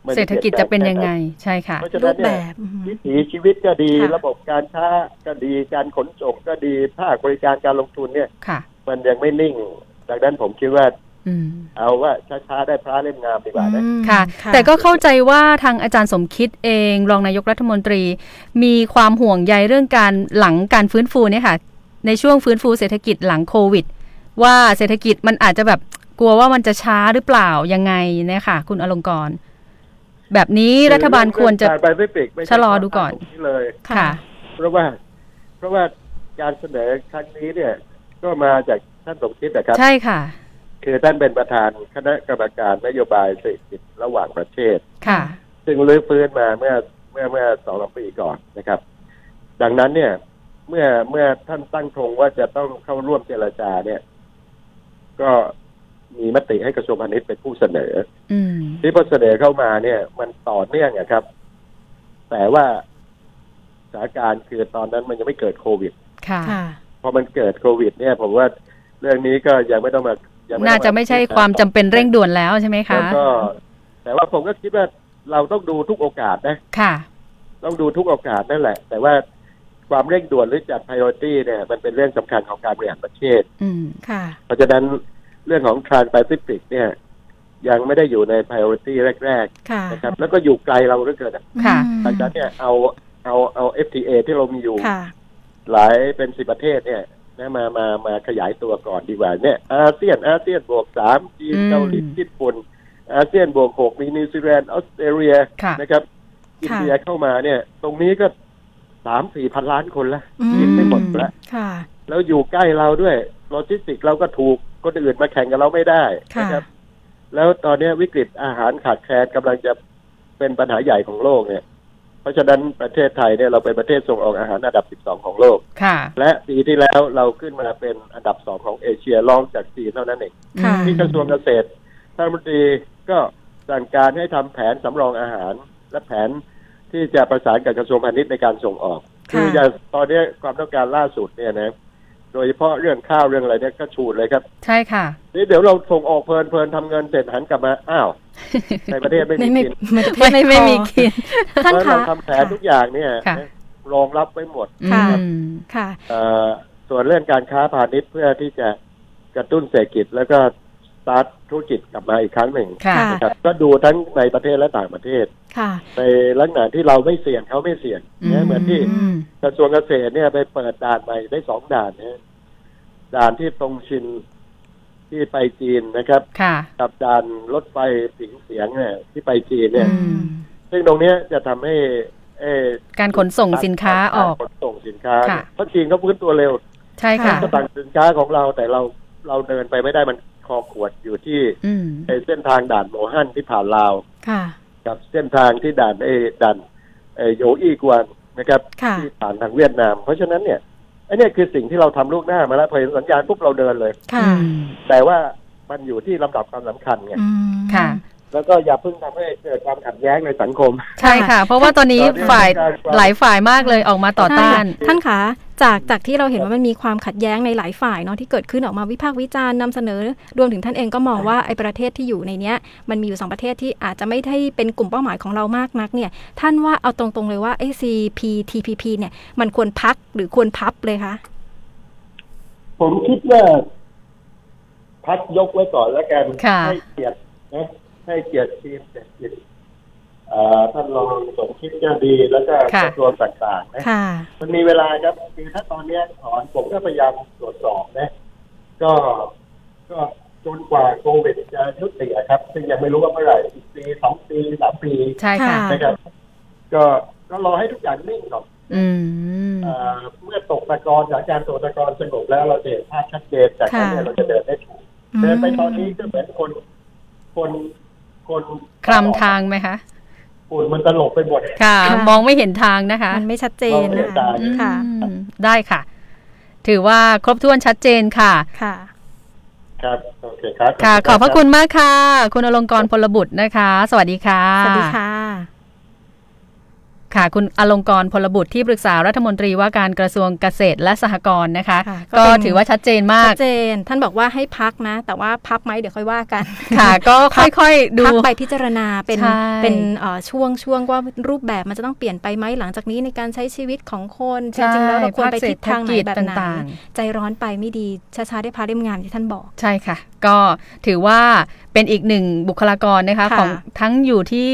S5: มัน
S2: เศรษฐกิจจะเป็นยังไงใช่ค่ะ
S5: เพราะฉะ
S3: รู
S5: นั้น
S3: ปแบ
S5: เนี่ย
S3: บอืม
S5: วิถีชีวิตก็ดี
S3: ค่ะ
S5: ระบบการค้าก็ดีการขนส่งก็ดีภาคบริการการลงทุนเนี่ย
S2: ค่ะ
S5: มันยังไม่นิ่ง ดังนั้นผมคิดว่า
S2: อืม
S5: เอาว่าช้าๆได้พระเล่มงามดีกว่านะ
S3: อืม
S2: ค่ะ แต่ก็เข้าใจว่าทางอาจารย์สมคิดเองรองนายกรัฐมนตรี มีความห่วงใยเรื่องการหลังการฟื้นฟูเนี่ยค่ะ ในช่วงฟื้นฟูเศรษฐกิจหลังโควิด ว่าเศรษฐกิจมันอาจจะแบบกลัวว่ามันจะช้าหรือเปล่ายังไงเนะคะคุณอลงกรณ์แบบนี้รัฐบาลควรจะ
S5: เองการไปไม่ปิดไม่ใ
S2: ชะลอดูก่อน
S5: ตามนี้เลย
S2: ค่ะ
S5: เพราะว่า เพราะว่าการเสนอครั้งนี้เนี่ย ก็มาจากท่านสมคิดนะครับ
S2: ใช่ค่ะ
S5: คือท่านเป็นประธานคณะกรรมการนโยบายเศรษฐกิจระหว่างประเทศ
S2: ค่ะ
S5: ซึ่งรื้อฟื้นมาเมื่อเมื่อเมื่อสองสามปีก่อนนะครับ ดังนั้นเนี่ย เมื่อเมื่อท่านตั้งธงว่าจะต้องเข้าร่วมเจรจาเนี่ย ก็มีมติให้กระทรวงพาณิชย์เป็นผู้เสนอ
S2: อืม
S5: ที่พอเสนอเข้ามาเนี่ย มันต่อเนื่องอะครับ แต่ว่าสถานการณ์คือตอนนั้นมันยังไม่เกิดโควิด
S2: ค่ะ
S3: ค่ะ
S5: พอมันเกิดโควิด เนี่ย ผมว่าเรื่องนี้ก็ยังไม่ต้องมายังต้อง
S2: น่าจะไม่ใช่ความจำเป็นเร่งด่วนแล้วใช่ไหมคะ
S5: แล้วก็ แต่ว่าผมก็คิดว่าเราต้องดูทุกโอกาสนะ
S2: ค่ะ
S5: ต้องดูทุกโอกาสนั่นแหละ แต่ว่าความเร่งด่วนหรือจัดพ r i o r i t y เนี่ย มันเป็นเรื่องสำคัญของการบริหารประเทศ
S2: อืม
S3: ค่ะ
S5: เพราะฉะนั้นเรื่องของทราน s p ซิฟิกเนี่ย ยังไม่ได้อยู่ในพ r i o r i t y แรก
S3: ค่ะ
S5: ๆนะครับ แล้วก็อยู่ไกลเราเหลือเกินอะ
S2: ค่ะ
S3: อืม
S5: ดังนั้นเนี่ยเอาเอาเอา FTA ที่เรามีอยู่
S3: ค่ะ
S5: หลายเป็นสิบประเทศเนี่ยนะมามามาขยายตัวก่อนดีกว่าเนี่ยอาเซียนอาเซียนบวกสามจีน
S2: อืม
S5: เกาหลีญี่ปุ่นอาเซียนบวกหกมีนิวซีแลนด์ออสเตรเลีย
S2: ค่ะ
S5: นะครับอินเดียเข้ามาเนี่ย ตรงนี้ก็สามสี่พันล้านคนละ
S3: อืม
S5: กินไม่หมดละ
S3: ค่ะ
S5: แล้วอยู่ใกล้เราด้วยโลจิสติกส์เราก็ถูกคนอื่นมาแข่งกับเราไม่ได้
S3: ค่ะ
S5: นะครับ แล้วตอนเนี้ยวิกฤตอาหารขาดแคลนกำลังจะเป็นปัญหาใหญ่ของโลกเนี่ย เพราะฉะนั้นประเทศไทยเนี่ยเราเป็นประเทศส่งออกอาหารอันดับ 12 ของโลก
S2: ค่ะ
S5: และปีที่แล้วเราขึ้นมาเป็นอันดับ 2 ของเอเชียรองจากจีนเท่านั้นเอง
S3: ค่ะ
S2: อืม
S5: ที่กระทรวงเกษตรท่านรัฐมนตรีก็สั่งการให้ทำแผนสำรองอาหาร และแผนที่จะประสานกับกระทรวงพาณิชย์ในการส่งออก
S3: ค่ะ
S5: คืออย่างตอนเนี้ยความต้องการล่าสุดเนี่ยนะโดยเฉพาะเรื่องข้าวเรื่องอะไรเนี่ยก็ชูดเลยครับ
S2: ใช่ค่ะ
S5: นี่เดี๋ยวเราส่งออกเพลินเพลินทำเงินเสร็จหันกลับมาอ้าว ในประเทศไม่
S3: ใน
S5: มี
S3: ไม่
S5: กิน
S3: ไม่
S2: ไม่
S3: ไม่พอ
S2: ไม่มีกิน
S5: เพ
S3: ท่าน
S5: ราะ
S3: คะ
S5: เราทำแผนทุก
S3: ค่ะ
S5: อย่างเนี่ย
S2: ค่ะ
S5: รองรับไว้หมด
S3: ค่ะ
S2: อืม
S3: ค่ะ
S5: เอ่อส่วนเรื่องการค้าพาณิชย์เพื่อที่จะกระตุ้นเศรษฐกิจ แล้วก็สตาร์ทธุรกิจกลับมาอีกครั้งหนึ่ง
S2: ค่ะ
S3: ค่ะ
S5: นะครับ ก็ดูทั้งในประเทศและต่างประเทศ
S3: ค่ะ
S5: ในลักษณะที่เราไม่เสี่ยงเขาไม่เสี่ยงนะเหมือนที่
S2: อืม
S5: กระทรวงเกษตรเนี่ยไปเปิดด่านใหม่ได้สองด่านนะด่านที่ตรงชินที่ไปจีนนะครับ
S2: ค่ะ
S5: กับด่านรถไฟสิงเสียงเนี่ยที่ไปจีนเนี่ย
S2: อืม
S5: ซึ่งตรงเนี้ยจะทำให้เอ่อ
S2: การขนส่งสินค้าออก
S5: รขนส่งสินค้า
S2: ค่ะ
S5: เพราะจีนเขาพื้นตัวเร็ว
S2: ใช่ค่ะ
S5: ก็ต่างสินค้าของเราแต่เราเราเดินไปไม่ได้มันคอขวดอยู่ที่
S2: อืม
S5: ไอ้เส้นทางด่านโมฮั่นที่ผ่านลาว
S3: ค่ะ
S5: กับเส้นทางที่ด่านไอ้ด่านไอ้โยอีกวนนะครับ
S3: ค่ะ
S5: ที่ผ่านทางเวียดนาม เพราะฉะนั้นเนี่ยไอ้เนี่ยคือสิ่งที่เราทำลูกหน้ามาแล้วพอเห็นสัญญาณปุ๊บเราเดินเลย
S3: ค่ะ
S5: แต่ว่ามันอยู่ที่ลำดับความสำคัญไง
S3: อืม
S2: ค่ะ
S5: แล้วก็อย่าเพิ่งทำให้เกิดความขัดแย้งในสังคม
S2: ใช่ค่ะ เพราะว่าตอนนี้ฝ่ายหลายฝ่ายมากเลยออกมาต่อ
S3: ใช่
S2: ต้า
S3: ค่ะ
S2: น
S3: ท่านคะจากจากที่เราเห็นว่ามันมีความขัดแย้งในหลายฝ่ายเนาะที่เกิดขึ้นออกมาวิพากษ์วิจารณ์นำเสนอ รวมถึงท่านเองก็มองว่าไอ้ประเทศที่อยู่ในเนี้ยมันมีอยู่สองประเทศที่อาจจะไม่ได้เป็นกลุ่มเป้าหมายของเรามากนักเนี่ยท่านว่าเอาตรงๆเลยว่าไอ้ CPTPP เนี่ยมันควรพักหรือควรพับเลยคะ
S5: ผมคิดว่าพักยกไว้ก่อนแล้วกัน
S2: ค่ะ
S5: ให้เกียรตินะให้เกียรติทีมเศรษฐกิจเอ่อท่านรองสมคิดก็ดีแล้วก็
S2: ค่ะ
S5: กระทรวงต่างๆนะ
S3: ค่ะ
S5: มันมีเวลาครับคือถ้าตอนเนี้ยถอนผมก็พยายามตรวจสอบนะ ก็ก็จนกว่าโควิดจะยุติอะครับ ซึ่งยังไม่รู้ว่าเมื่อไหร่อีกปีสองปีสามปี
S2: ใช่ค่ะ
S3: ค่ะ
S5: นะครับ ก็ก็รอให้ทุกอย่างนิ่งก่อน
S2: อืม
S5: เอ่อเมื่อตกตะกอนสถานการณ์ตกตะกอนสงบแล้วเราจะเห็นภาพชัดเจนจากนั้นเนี่ย
S3: ค่ะ
S5: เราจะเดินได้ถูก
S6: เดินไปตอนนี้ก็เหมือนคน คนคน
S2: คลำทางไหมคะ
S6: ฝุ่นมันตลบไปหมด
S2: ค่ะ
S3: ค่ะ
S2: มองไม่เห็นทางนะคะ
S3: มันไม่ชัดเจนนะ
S6: เราไม่ได้ตาย
S3: ค่ะ
S2: อืมได้ค่ะ ถือว่าครบถ้วนชัดเจนค่ะ
S3: ค่ะ
S6: ครับโอเคครับ
S2: ค่ะ ขอบพระ
S6: ณ
S2: คุณมากค่ะ คุณอลงกรพลบุตรนะคะ สวัสดีค่ะ
S3: สวัสดีค่ะ
S2: ค่ะ คุณอลงกรพลบุตรที่ปรึกษารัฐมนตรีว่าการกระทรวงเกษตรและสหกรณ์นะคะ
S3: ค่ะก็
S2: ก็
S3: เป็น
S2: ถือว่าชัดเจนมาก
S3: ชัดเจนท่านบอกว่าให้พักนะ แต่ว่าพักไหมเดี๋ยวค่อยว่ากัน
S2: ค่ะ ก็ค่อยๆดู
S3: พักไปพิจารณาเป็น
S2: ใช่
S3: เป็นเอ่อช่วงช่วงว่ารูปแบบมันจะต้องเปลี่ยนไปไหมหลังจากนี้ในการใช้ชีวิตของคนจ
S2: ใช่
S3: ริงๆแล้วเราควรไป
S2: ภคเศ
S3: ทิศทางไหน
S2: กิจ
S3: แบบไหน
S2: ต่างๆ
S3: ใจร้อนไปไม่ดีช้าๆได้พาเล่มงานที่ท่านบอก
S2: ใช่ค่ะ ก็ถือว่าเป็นอีกหนึ่งบุคลากรนะคะ
S3: ค่ะ
S2: ของทั้งอยู่ที่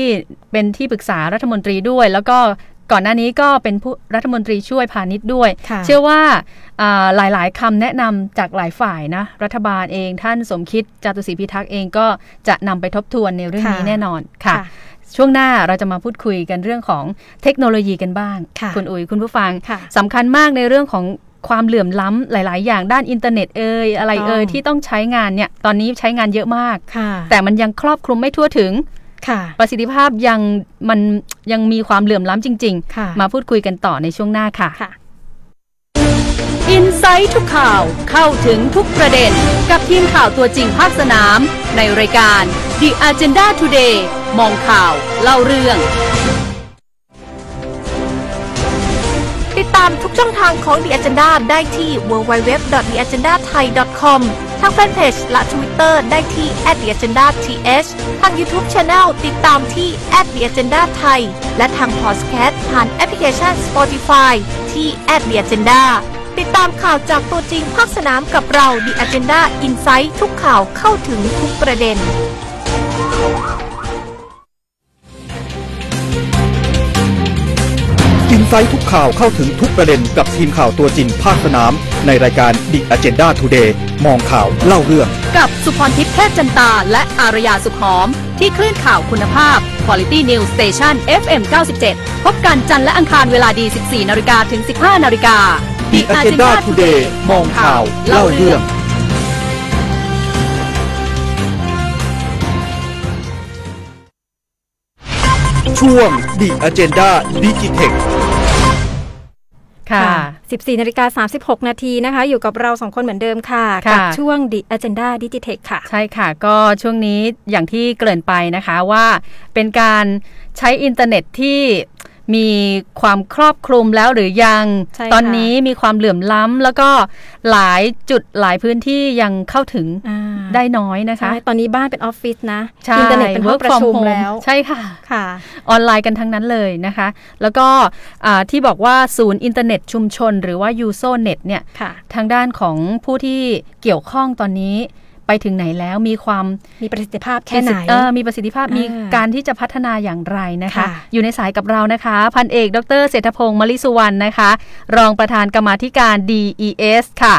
S2: เป็นที่ปรึกษารัฐมนตรีด้วย แล้วก็ก่อนหน้านี้ก็เป็นผู้รัฐมนตรีช่วยพาณิชย์ด้วย เชื่อว่าอ่าหลายๆคำแนะนำจากหลายฝ่ายนะ รัฐบาลเองท่านสมคิดจาตุศรีพิทักษ์เองก็จะนำไปทบทวนในเรื่องนี้แน่นอนค่ะ
S3: ค่ะ
S2: ช่วงหน้าเราจะมาพูดคุยกันเรื่องของเทคโนโลยีกันบ้าง
S3: ค่ะ
S2: ณอุ๋ยคุณผู้ฟัง
S3: ค่ะ
S2: สำคัญมากในเรื่องของความเหลื่อมล้ำหลาย ๆ อย่างด้านอินเทอร์เน็ตเอ่ยอะไรเอ่ยที่ต้องใช้งานเนี่ยตอนนี้ใช้งานเยอะมาก
S3: ค่ะ
S2: แต่มันยังครอบคลุมไม่ทั่วถึง
S3: ค่ะ
S2: ประสิทธิภาพยังมันยังมีความเหลื่อมล้ำจริง
S3: ค่ะ
S2: ๆ มาพูดคุยกันต่อในช่วงหน้าค่ะ
S3: ค่ะ
S2: อินไซต์ทุกข่าวเข้าถึงทุกประเด็น กับทีมข่าวตัวจริงภาคสนาม ในรายการ The Agenda Today มองข่าว เล่าเรื่อง
S4: ติดตามทุกช่องทางของ The Agenda ได้ที่ www.theagendathai.com ทางแฟนเพจและ Twitter ได้ที่ @theagendath ทาง YouTube Channel ติดตามที่ @theagendathai และทาง Podcast ผ่านแอปพลิเคชัน Spotify ที่ @theagenda ติดตามข่าวจากตัวจริงภาคสนามกับเรา The Agenda Insight ทุกข่าวเข้าถึงทุกประเด็น
S1: อินไซต์ทุกข่าวเข้าถึงทุกประเด็นกับทีมข่าวตัวจริงภาคสนาม ในรายการ The Agenda Today มองข่าวเล่าเรื่อง
S2: กับสุพรทิพย์แพทย์จันตา และอารยาสุขหอม ที่คลื่นข่าวคุณภาพ Quality News Station FM 97 พบกันจันทร์และอังคารเวลาดี 14 นาฬิกาถึง 15 นาฬิกา
S1: The Agenda Today มองข่าวเล่าเรื่อง ช่วง The Agenda Digitech
S2: ค่ะ
S3: 14นาฬิกา36 นาทีนะคะ อยู่กับเราสองคนเหมือนเดิมค่ะ
S2: ค่ะ
S3: กัช่วง The Agenda Digitech ค่ะ
S2: ใช่ค่ะ ก็ช่วงนี้อย่างที่เกริ่นไปนะคะว่าเป็นการใช้อินเทอร์เน็ตที่มีความครอบคลุมแล้วหรือยัง
S3: ใช่ค่ะ
S2: ตอนนี้มีความเหลื่อมล้ำแล้วก็หลายจุดหลายพื้นที่ยังเข้าถึง
S3: อ่า
S2: ได้น้อยนะคะ
S3: ใช่ตอนนี้บ้านเป็นออฟฟิศนะ
S2: ใช่
S3: อิเทอร์เน็ตเป็นห้องประชุม
S2: เวิร์กฟอร์โฮ
S3: แล้ว
S2: ใช่ค่ะ
S3: ค่ะ
S2: ออนไลน์กันทั้งนั้นเลยนะคะ แล้วก็อ่าที่บอกว่าศูนย์อินเทอร์เน็ตชุมชน หรือว่า u s o n e t เนี่ย
S3: ค่ะ
S2: ทางด้านของผู้ที่เกี่ยวข้องตอนนี้ไปถึงไหนแล้วมีความ
S3: มีประสิทธิภาพแค่ไหน
S2: เออมีประสิทธิภาพ
S3: อ่ามี
S2: มีการที่จะพัฒนาอย่างไรนะคะ
S3: ค่ะ
S2: อยู่ในสายกับเรานะคะ พันเอก ดรเศรษฐพงศ์มลิสุวรรณนะคะ รองประธานกรรมาธิการ DES ค่ะ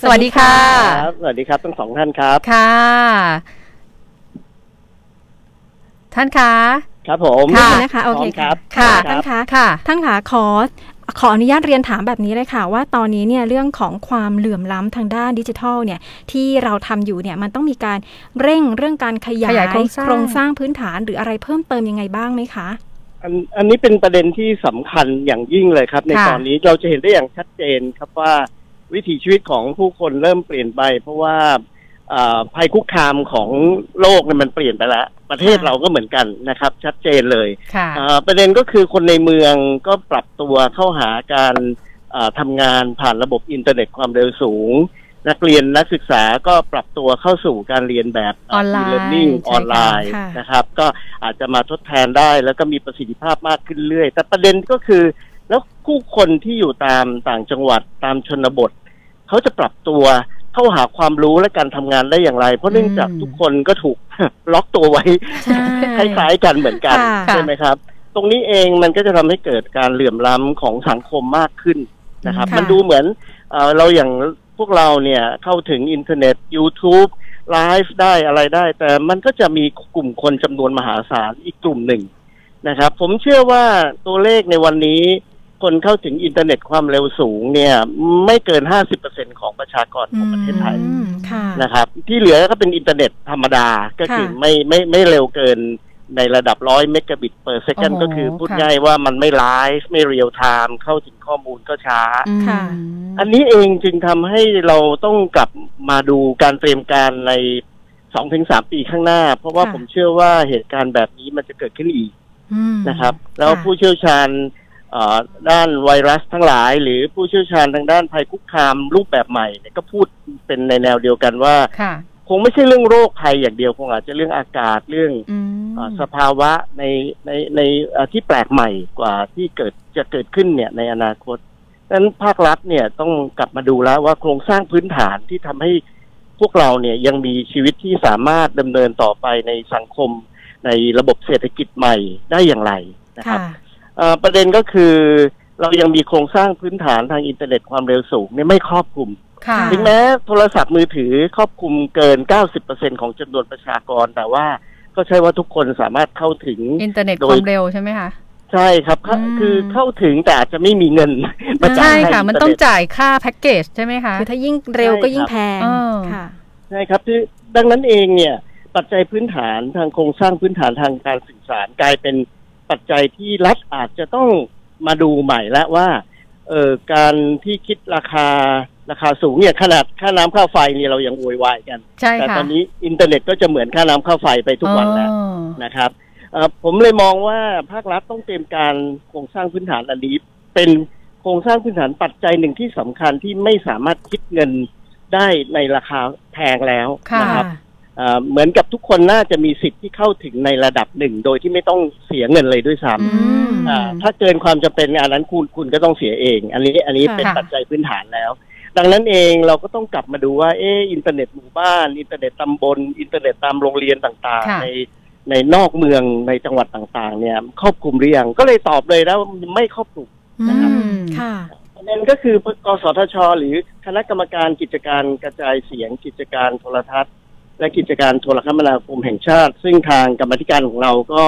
S2: สวัสดีค่ะ
S6: ครับสวัสดีครับทั้งสองท่านครับ
S2: ค่ะ ท่านคะ
S6: ครับผม
S2: ค่ะ
S3: ได้ยินนะคะโอเค
S6: พร้มรับ
S2: ค่ะ
S6: พร้อ
S3: ท่ามน
S6: ครับ
S3: คะ
S2: ค่ะ
S3: ท่านคะขอขออนุญาตเรียนถามแบบนี้เลยค่ะ ว่าตอนนี้เนี่ยเรื่องของความเหลื่อมล้ำทางด้านดิจิทัลเนี่ยที่เราทำอยู่เนี่ยมันต้องมีการเร่งเรื่องการขยาย
S2: ขยายโครงสร้าง
S3: ร้างพื้นฐานหรืออะไรเพิ่มเติมยังไงบ้างไหมคะ
S6: อันอันนี้เป็นประเด็นที่สำคัญอย่างยิ่งเลยครับ ใน
S2: ค่ะ
S6: ตอนนี้เราจะเห็นได้อย่างชัดเจนครับว่าวิถีชีวิตของผู้คนเริ่มเปลี่ยนไป เพราะว่าอ่าภัยคุกคามของโลกเนี่ยมันเปลี่ยนไปแล้ว ประเทศ
S3: ค่ะ
S6: เราก็เหมือนกันนะครับ ชัดเจนเลย
S2: ค่ะ
S6: อ่าประเด็นก็คือคนในเมืองก็ปรับตัวเข้าหาการอ่าทำงานผ่านระบบอินเทอร์เน็ตความเร็วสูง นักเรียนนักศึกษาก็ปรับตัวเข้าสู่การเรียนแบบ
S2: ออนไลน์
S6: เรียนนิ่ง
S2: ใช่ค่ะ
S6: ออนไลน์
S3: ค่ะ
S6: นะครับ ก็อาจจะมาทดแทนได้แล้วก็มีประสิทธิภาพมากขึ้นเรื่อย แต่ประเด็นก็คือ แล้วผู้คนที่อยู่ตามต่างจังหวัดตามชนบท เขาจะปรับตัวเข้าหาความรู้และการทำงานได้อย่างไร เพราะเนื่องจากทุกคนก็ถูก ล็อกตัวไว้
S3: ใช่
S6: คล้ายๆกันเหมือนกัน
S3: ค่ะ
S6: ใช่ไหมครับ ตรงนี้เองมันก็จะทำให้เกิดการเหลื่อมล้ำของสังคมมากขึ้นนะครับ
S3: ค่ะ
S6: มันดูเหมือนเอ่อเราอย่างพวกเราเนี่ยเข้าถึงอินเทอร์เน็ต YouTube ไลฟ์ได้อะไรได้ แต่มันก็จะมีกลุ่มคนจำนวนมหาศาลอีกกลุ่มหนึ่งนะครับ ผมเชื่อว่าตัวเลขในวันนี้ คนเข้าถึงอินเทอร์เน็ตความเร็วสูงเนี่ย ไม่เกิน 50%ของประชากรของประเทศไทย
S3: อืมค่ะ
S6: นะครับที่เหลือก็เป็นอินเทอร์เน็ตธรรมดาก็คือ
S3: ค่ะ
S6: ไม่ไม่ไม่เร็วเกินในระดับร้อยเมกะบิตเปอร์เซกัน
S2: โอ้โห
S6: ก็คือพูด
S2: ค่ะ
S6: ง่ายว่ามันไม่ไลฟ์ไม่เรียลไทม์เข้าถึงข้อมูลก็ช้า
S3: ค่ะ
S6: อันนี้เองจึงทำให้เราต้องกลับมาดูการเตรียมการในสองถึงสามปีข้างหน้า เพราะว่า
S3: ค่ะ
S6: ผมเชื่อว่าเหตุการณ์แบบนี้มันจะเกิดขึ้นอีก
S3: อืม
S6: นะครับแล้ว
S3: ค่ะ
S6: ผู้เชี่ยวชาญเอ่อด้านไวรัสทั้งหลาย หรือผู้เชี่ยวชาญทางด้านภัยคุกคามรูปแบบใหม่เนี่ยก็พูดเป็นในแนวเดียวกันว่า
S2: ค่ะ
S6: คงไม่ใช่เรื่องโรคภัยอย่างเดียวคงอาจจะเรื่องอากาศเรื่อง
S2: อืม
S6: เอ่อสภาวะในในในเอ่อที่แปลกใหม่กว่าที่เกิดจะเกิดขึ้นเนี่ยในอนาคตดังนั้นภาครัฐเนี่ยต้องกลับมาดูแล้วว่าโครงสร้างพื้นฐานที่ทำให้พวกเราเนี่ยยังมีชีวิตที่สามารถดำเนินต่อไปในสังคมในระบบเศรษฐกิจใหม่ได้อย่างไรนะครับ
S3: ค่ะ
S6: เอ่อประเด็นก็คือเรายังมีโครงสร้างพื้นฐานทางอินเทอร์เน็ตความเร็วสูงเนี่ยไม่ครอบคลุม
S2: ค่ะ
S3: อ่า
S6: ถึงแม้โทรศัพท์มือถือครอบคลุมเกิน 90%ของจำนวนประชากร แต่ว่าก็ใช่ว่าทุกคนสามารถเข้าถึง
S2: อินเทอร์เน็ต
S6: โด
S2: ค
S6: ย
S2: วามเร็วใช่ไหมคะ
S6: ใช่ครับเข้า
S2: อืม
S6: คือเข้าถึงแต่อาจจะไม่มีเงินมาจ่า
S2: ใช่
S6: ย
S2: ค่ะ
S6: ให้
S2: มัน
S6: เทร์เ
S2: ต้องจ่ายค่าแพ็กเกจใช่ไหมคะ
S3: คือถ้ายิ่งเร็วก็ยิ่งแพง
S2: เออ
S3: ค่ะ
S6: ใช่ครับที่ดังนั้นเองเนี่ยปัจจัยพื้นฐานทางโครงสร้างพื้นฐานทางการสื่อสารกลายเป็นปัจจัยที่รัฐอาจจะต้องมาดูใหม่แล้วว่าเออการที่คิดราคาราคาสูงเนี่ยขนาดค่าน้ำค่าไฟเนี่ยเรายังโวยวายกัน
S2: ใช่
S6: แต่
S2: ค่ะ
S6: ตอนนี้อินเทอร์เน็ตก็จะเหมือนค่าน้ำค่าไฟไปทุกวันแล้ว
S2: อ๋อ
S6: นะครับเอ่อผมเลยมองว่าภาครัฐต้องเตรียมการโครงสร้างพื้นฐานอันนี้เป็นโครงสร้างพื้นฐานปัจจัยหนึ่งที่สำคัญที่ไม่สามารถคิดเงินได้ในราคาแพงแล้ว
S2: ค่ะ
S6: นะครับเอ่อเหมือนกับทุกคนน่าจะมีสิทธิ์ที่เข้าถึงในระดับหนึ่ง โดยที่ไม่ต้องเสียเงินเลยด้วยซ้
S2: อืม
S6: ำอ่าถ้าเกินความจำเป็นอันนั้นคุณคุณก็ต้องเสียเอง อันนี้อันนี้
S3: ค่ะ
S6: เป็น
S2: ค่ะ
S6: ปัจจัยพื้นฐานแล้ว ดังนั้นเองเราก็ต้องกลับมาดูว่าเอออินเทอร์เน็ตหมู่บ้าน อินเทอร์เน็ตตำบลอินเทอร์เน็ตตามโรงเรียนต่าง
S2: ค่ะ
S6: ๆ ในในนอกเมืองในจังหวัดต่างๆ เนี่ยครอบคลุมหรือยังก็เลยตอบเลยแล้วาไม่ครอบคลุม
S3: อื
S6: นะครับ
S3: มค่ะ
S6: ประเด็นก็คือกสทช หรือคณะกรรมการกิจการกระจายเสียง กิจการโทรทัศน์ และกิจการโทรคมนาคมแห่งชาติ ซึ่งทางกรรมาธิการของเราก็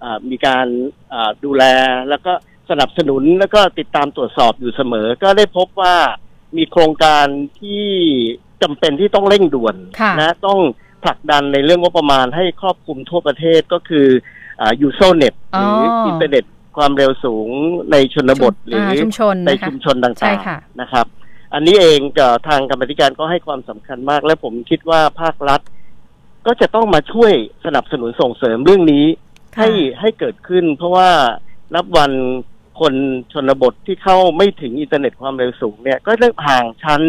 S6: เอ่อมีการเอ่อดูแลแล้วก็สนับสนุนแล้วก็ติดตามตรวจสอบอยู่เสมอ ก็ได้พบว่ามีโครงการที่จำเป็นที่ต้องเร่งด่วน
S2: ค่ะ
S6: นะต้องผลักดันในเรื่องงบประมาณให้ครอบคลุมทั่วประเทศก็คือยูโซเน็ตหรือ
S2: ออิ
S6: อินเทอร์เน็ตความเร็วสูงในชนบทหรือ
S2: าชุมชน
S6: ใน
S2: นะคะ
S6: ชุมชนต่างๆ
S2: ใช่ค่ะ
S6: นะครับ อันนี้เองเอ่อทางกรรมาธิการก็ให้ความสำคัญมาก และผมคิดว่าภาครัฐ ก็จะต้องมาช่วยสนับสนุนส่งเสริมเรื่องนี้
S3: ค่ะ
S6: ให้ให้เกิดขึ้น เพราะว่านับวันคนชนบทที่เข้าไม่ถึงอินเทอร์เน็ตความเร็วสูงเนี่ย ก็เริ่มห่างชั้น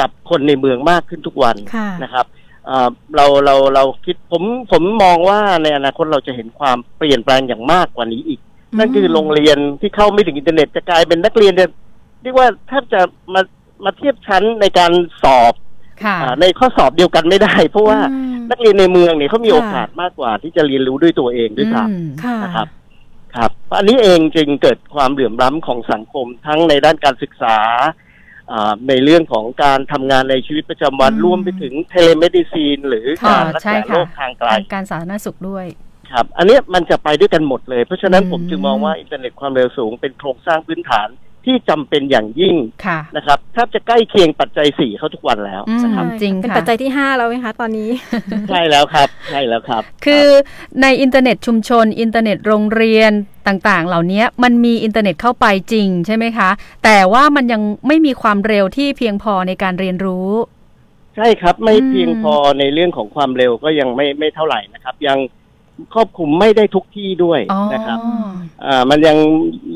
S6: กับคนในเมืองมากขึ้นทุกวัน
S3: ค่ะ
S6: นะครับเอ่อเราเราเราคิดผมผมมองว่าในอนาคตเราจะเห็นความเปลี่ยนแปลงอย่างมากกว่านี้อีก
S3: อืม
S6: นั่นคือโรงเรียนที่เข้าไม่ถึงอินเทอร์เน็ตจะกลายเป็นนักเรียนเนี่ยเรียกว่าแทบจะมามาเทียบชั้นในการสอบ
S2: ค่ะ
S6: อาในข้อสอบเดียวกันไม่ได้ เพราะว่า
S3: อืม
S6: นักเรียนในเมืองเนี่ยเขามี
S3: ค่ะ
S6: โอกาสมากกว่าที่จะเรียนรู้ด้วยตัวเองด้วยซ้ำ
S2: อืม
S3: ค่ะ
S6: นะครับ ครับอันนี้เองจึงเกิดความเหลื่อมล้ำของสังคมทั้งในด้านการศึกษาอ่าในเรื่องของการทำงานในชีวิตประจำวัน
S2: อืม
S6: รวมไปถึงเทเลเมดิซีน หรือ
S2: ค่ะ
S6: การรัก
S2: ใช่
S6: ษา
S2: ค่ะ
S6: โรคทางไกล
S2: ทางการสาธารณสุขด้วย
S6: ครับ อันเนี้ยมันจะไปด้วยกันหมดเลย เพราะฉะนั้น
S2: อืม
S6: ผมจึงมองว่าอินเทอร์เน็ตความเร็วสูงเป็นโครงสร้างพื้นฐานที่จำเป็นอย่างยิ่ง
S2: ค่ะ
S6: นะครับแทบจะใกล้เคียงปัจจัยสี่เขาทุกวันแล้ว
S2: อืม
S6: นะครับ
S2: จริง
S3: เป็น
S2: ค่ะ
S3: ปัจจัยที่ 5 แล้วไหมคะตอนนี้
S6: ใช่แล้วครับใช่แล้วครับ
S2: คือในอินเทอร์เน็ตชุมชน อินเทอร์เน็ตโรงเรียนต่างๆ เหล่านี้มันมีอินเทอร์เน็ตเข้าไปจริงใช่ไหมคะ แต่ว่ามันยังไม่มีความเร็วที่เพียงพอในการเรียนรู้
S6: ใช่ครับ ไม่
S2: อืม
S6: เพียงพอในเรื่องของความเร็วก็ยังไม่ไม่เท่าไหร่นะครับ ยังครอบคลุมไม่ได้ทุกที่ด้วยนะครับ
S2: อ๋อ
S6: อ่ามันยัง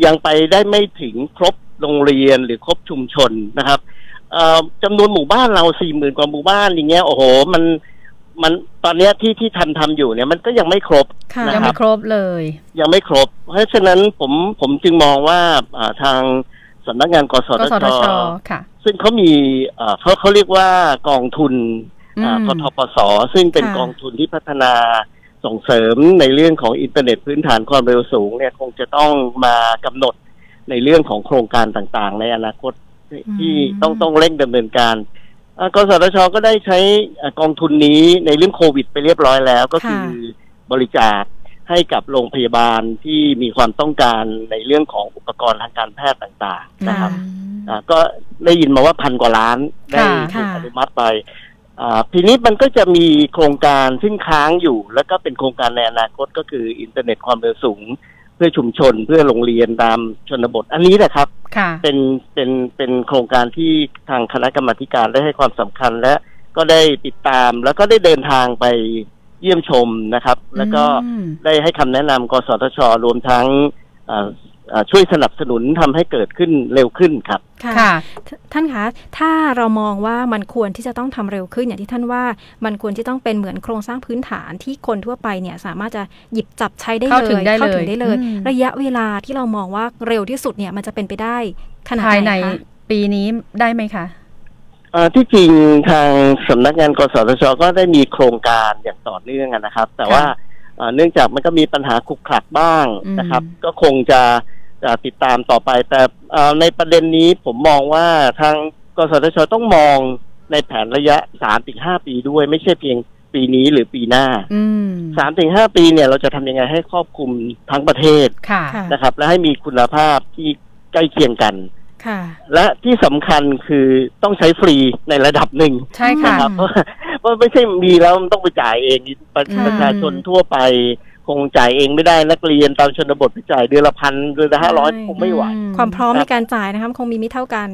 S6: ยังไปได้ไม่ถึงครบโรงเรียนหรือครบชุมชนนะครับเอ่อจำนวนหมู่บ้านเราสี่หมื่นกว่าหมู่บ้านอย่างเงี้ยโอ้โหมันมันตอนเนี้ยที่ที่ทำทำอยู่เนี่ยมันก็ยังไม่ครบ
S3: ค่ะ
S6: นะ
S2: ยัง
S6: ค
S2: ไม่
S6: บ
S2: ครบเลย
S6: ยังไม่ครบ เพราะฉะนั้นผมผมจึงมองว่าอ่าทางสำนักงานกส
S2: ก็สท
S6: ท
S2: ชค่ะ
S6: ซึ่งเขามีอ่าเขาเขาเรียกว่ากองทุน
S2: อืม
S6: กทปสซึ่งเป็น
S3: ค่ะ
S6: กองทุนที่พัฒนาส่งเสริมในเรื่องของอินเทอร์เน็ตพื้นฐานความเร็วสูงเนี่ยคงจะต้องมากำหนดในเรื่องของโครงการต่างๆ ในอนาคตที่ที่ต้องต้องเร่งดำเนินการอ่ากสทชก็ได้ใช้อ่ากองทุนนี้ในเรื่องโควิดไปเรียบร้อยแล้วก็คือบริจาค ให้กับโรงพยาบาลที่มีความต้องการในเรื่องของอุปกรณ์ทางการแพทย์ต่างๆนะครับ
S2: อืม
S6: อ่าก็ได้ยินมาว่าพันกว่าล้านได้
S3: ค่ะ
S6: ถูกอนุมัติไปอ่าทีนี้มันก็จะมีโครงการซึ่งค้างอยู่ แล้วก็เป็นโครงการในอนาคตก็คืออินเทอร์เน็ตความเร็วสูง เพื่อชุมชนเพื่อโรงเรียนตามชนบท อันนี้แหละครับ
S2: ค่ะ
S6: เป็นเป็นเป็นโครงการที่ทางคณะกรรมาธิการได้ให้ความสำคัญและก็ได้ติดตาม แล้วก็ได้เดินทางไปเยี่ยมชมนะครับ แล้วก็
S2: อืม
S6: ได้ให้คำแนะนำกสทช รวมทั้งเอ่อเอ่อช่วยสนับสนุนทำให้เกิดขึ้นเร็วขึ้นครับ
S2: ค่ะ
S3: ทท่านคะถ้าเรามองว่ามันควรที่จะต้องทำเร็วขึ้นอย่างที่ท่านว่ามันควรที่ต้องเป็นเหมือนโครงสร้างพื้นฐานที่คนทั่วไปเนี่ยสามารถจะหยิบจับใช้ได้เลย
S2: เข้าถึงได้เลย
S3: ถึงได้เลย
S2: อืม
S3: ระยะเวลาที่เรามองว่าเร็วที่สุดเนี่ยมันจะเป็นไปได้ขนาด
S2: ภาย
S3: ไห
S2: ใน
S3: นคะ
S2: ปีนี้ได้ไหมคะ
S6: เอ่อที่จริงทางสำนักงานกสทช ก็ได้มีโครงการอย่างต่อเนื่องอะนะครับ แต่ว่า
S2: ค่ะ
S6: เอ่อเนื่องจากมันก็มีปัญหาขลุกขลักบ้าง
S2: อืม
S6: นะครับ ก็คงจะจะติดตามต่อไป แต่เอ่อในประเด็นนี้ผมมองว่าทางกสทช ต้องมองในแผนระยะสามถึงห้าปีด้วย ไม่ใช่เพียงปีนี้หรือปีหน้า
S2: อืม
S6: สามถึงห้าปีเนี่ยเราจะทำยังไงให้ครอบคลุมทั้งประเทศ
S2: ค่ะ
S3: ค่ะ
S6: นะครับและให้มีคุณภาพที่ใกล้เคียงกัน
S3: ค่ะ
S6: และที่สำคัญคือต้องใช้ฟรีในระดับหนึ่ง
S2: ใช่ค่ะ
S6: นะครับ เพราะเพราะไม่ใช่มีแล้วมันต้องไปจ่ายเองประ
S3: ค่ะ
S6: ประชาชนทั่วไป คงจ่ายเองไม่ได้นักเรียนตามชนบทไปจ่ายเดือนละพันเดือนละห้าร้อยคงไม่ไหว
S3: ความพร้อมในการจ่ายนะคะมันคงมีไม่เท่ากัน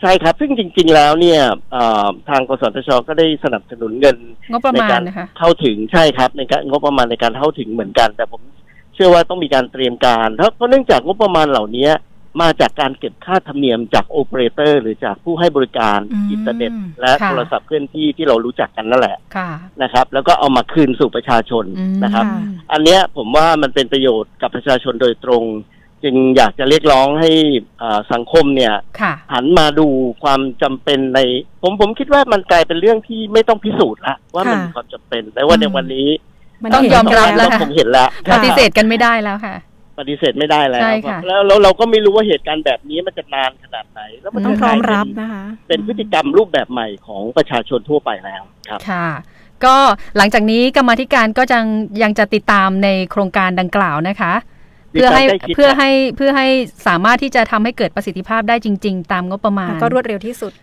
S6: ใช่ครับ ซึ่งจริง ๆ แล้วเนี่ยเอ่อทางกสทชก็ได้สนับสนุนเงิน
S2: งบประมา
S6: ใน
S2: ณ
S6: การ
S2: นะคะ
S6: เข้าถึงใช่ครับในการงบประมาณในการเข้าถึงเหมือนกัน แต่ผมเชื่อว่าต้องมีการเตรียมการเพราะเพราะเนื่องจากงบประมาณเหล่านี้มาจากการเก็บค่าธรรมเนียมจากโอเปอเรเตอร์หรือจากผู้ให้บริการ
S3: อืม
S6: อินเทอร์เน็ต และ
S2: ค่ะ
S6: โทรศัพท์เคลื่อนที่ที่เรารู้จักกันนั่นแหละ
S2: ค่ะ
S6: นะครับ แล้วก็เอามาคืนสู่ประชาชน
S2: อืม
S6: นะครับ อันเนี้ยผมว่ามันเป็นประโยชน์กับประชาชนโดยตรง จึงอยากจะเรียกร้องให้อ่าสังคมเนี่ย
S2: ค่ะ
S6: หันมาดูความจำเป็นใน ผมผมคิดว่ามันกลายเป็นเรื่องที่ไม่ต้องพิสูจน์ละว่ามัน
S3: ค่ะ
S6: มีความจำเป็นแต่ว่าในวันนี้
S3: มัน
S2: ต้อง
S3: เห็น
S2: ยอมรับแล้ว
S6: ก็คงเห็นแล้ว
S2: ปฏิเสธกันไม่ได้แล้วค่ะ
S6: ปฏิเสธไม่ได้แล้ว
S2: ใช่ค่ะ
S6: แล้วแล้วเราก็ไม่รู้ว่าเหตุการณ์แบบนี้มันจะนานขนาดไหน แล้วมัน
S3: ต้อง
S6: จะ
S3: พ
S6: ก
S3: ร้อม
S6: ลายเป็น
S3: รับนะคะ
S6: เป็นพฤติกรรมรูปแบบใหม่ของประชาชนทั่วไปแล้วครับ
S2: ค่ะ ก็หลังจากนี้กรรมาธิการก็ยังยังจะติดตามในโครงการดังกล่าวนะคะ
S6: ติด
S2: เพื่อ
S6: ตาม
S2: ให้
S6: ใกล้ชิด
S2: เพื่อให้เพื่อให้สามารถที่จะทำให้เกิดประสิทธิภาพได้จริง ๆ ตามงบประมาณ
S3: แล้วก็รวดเร็วที่สุด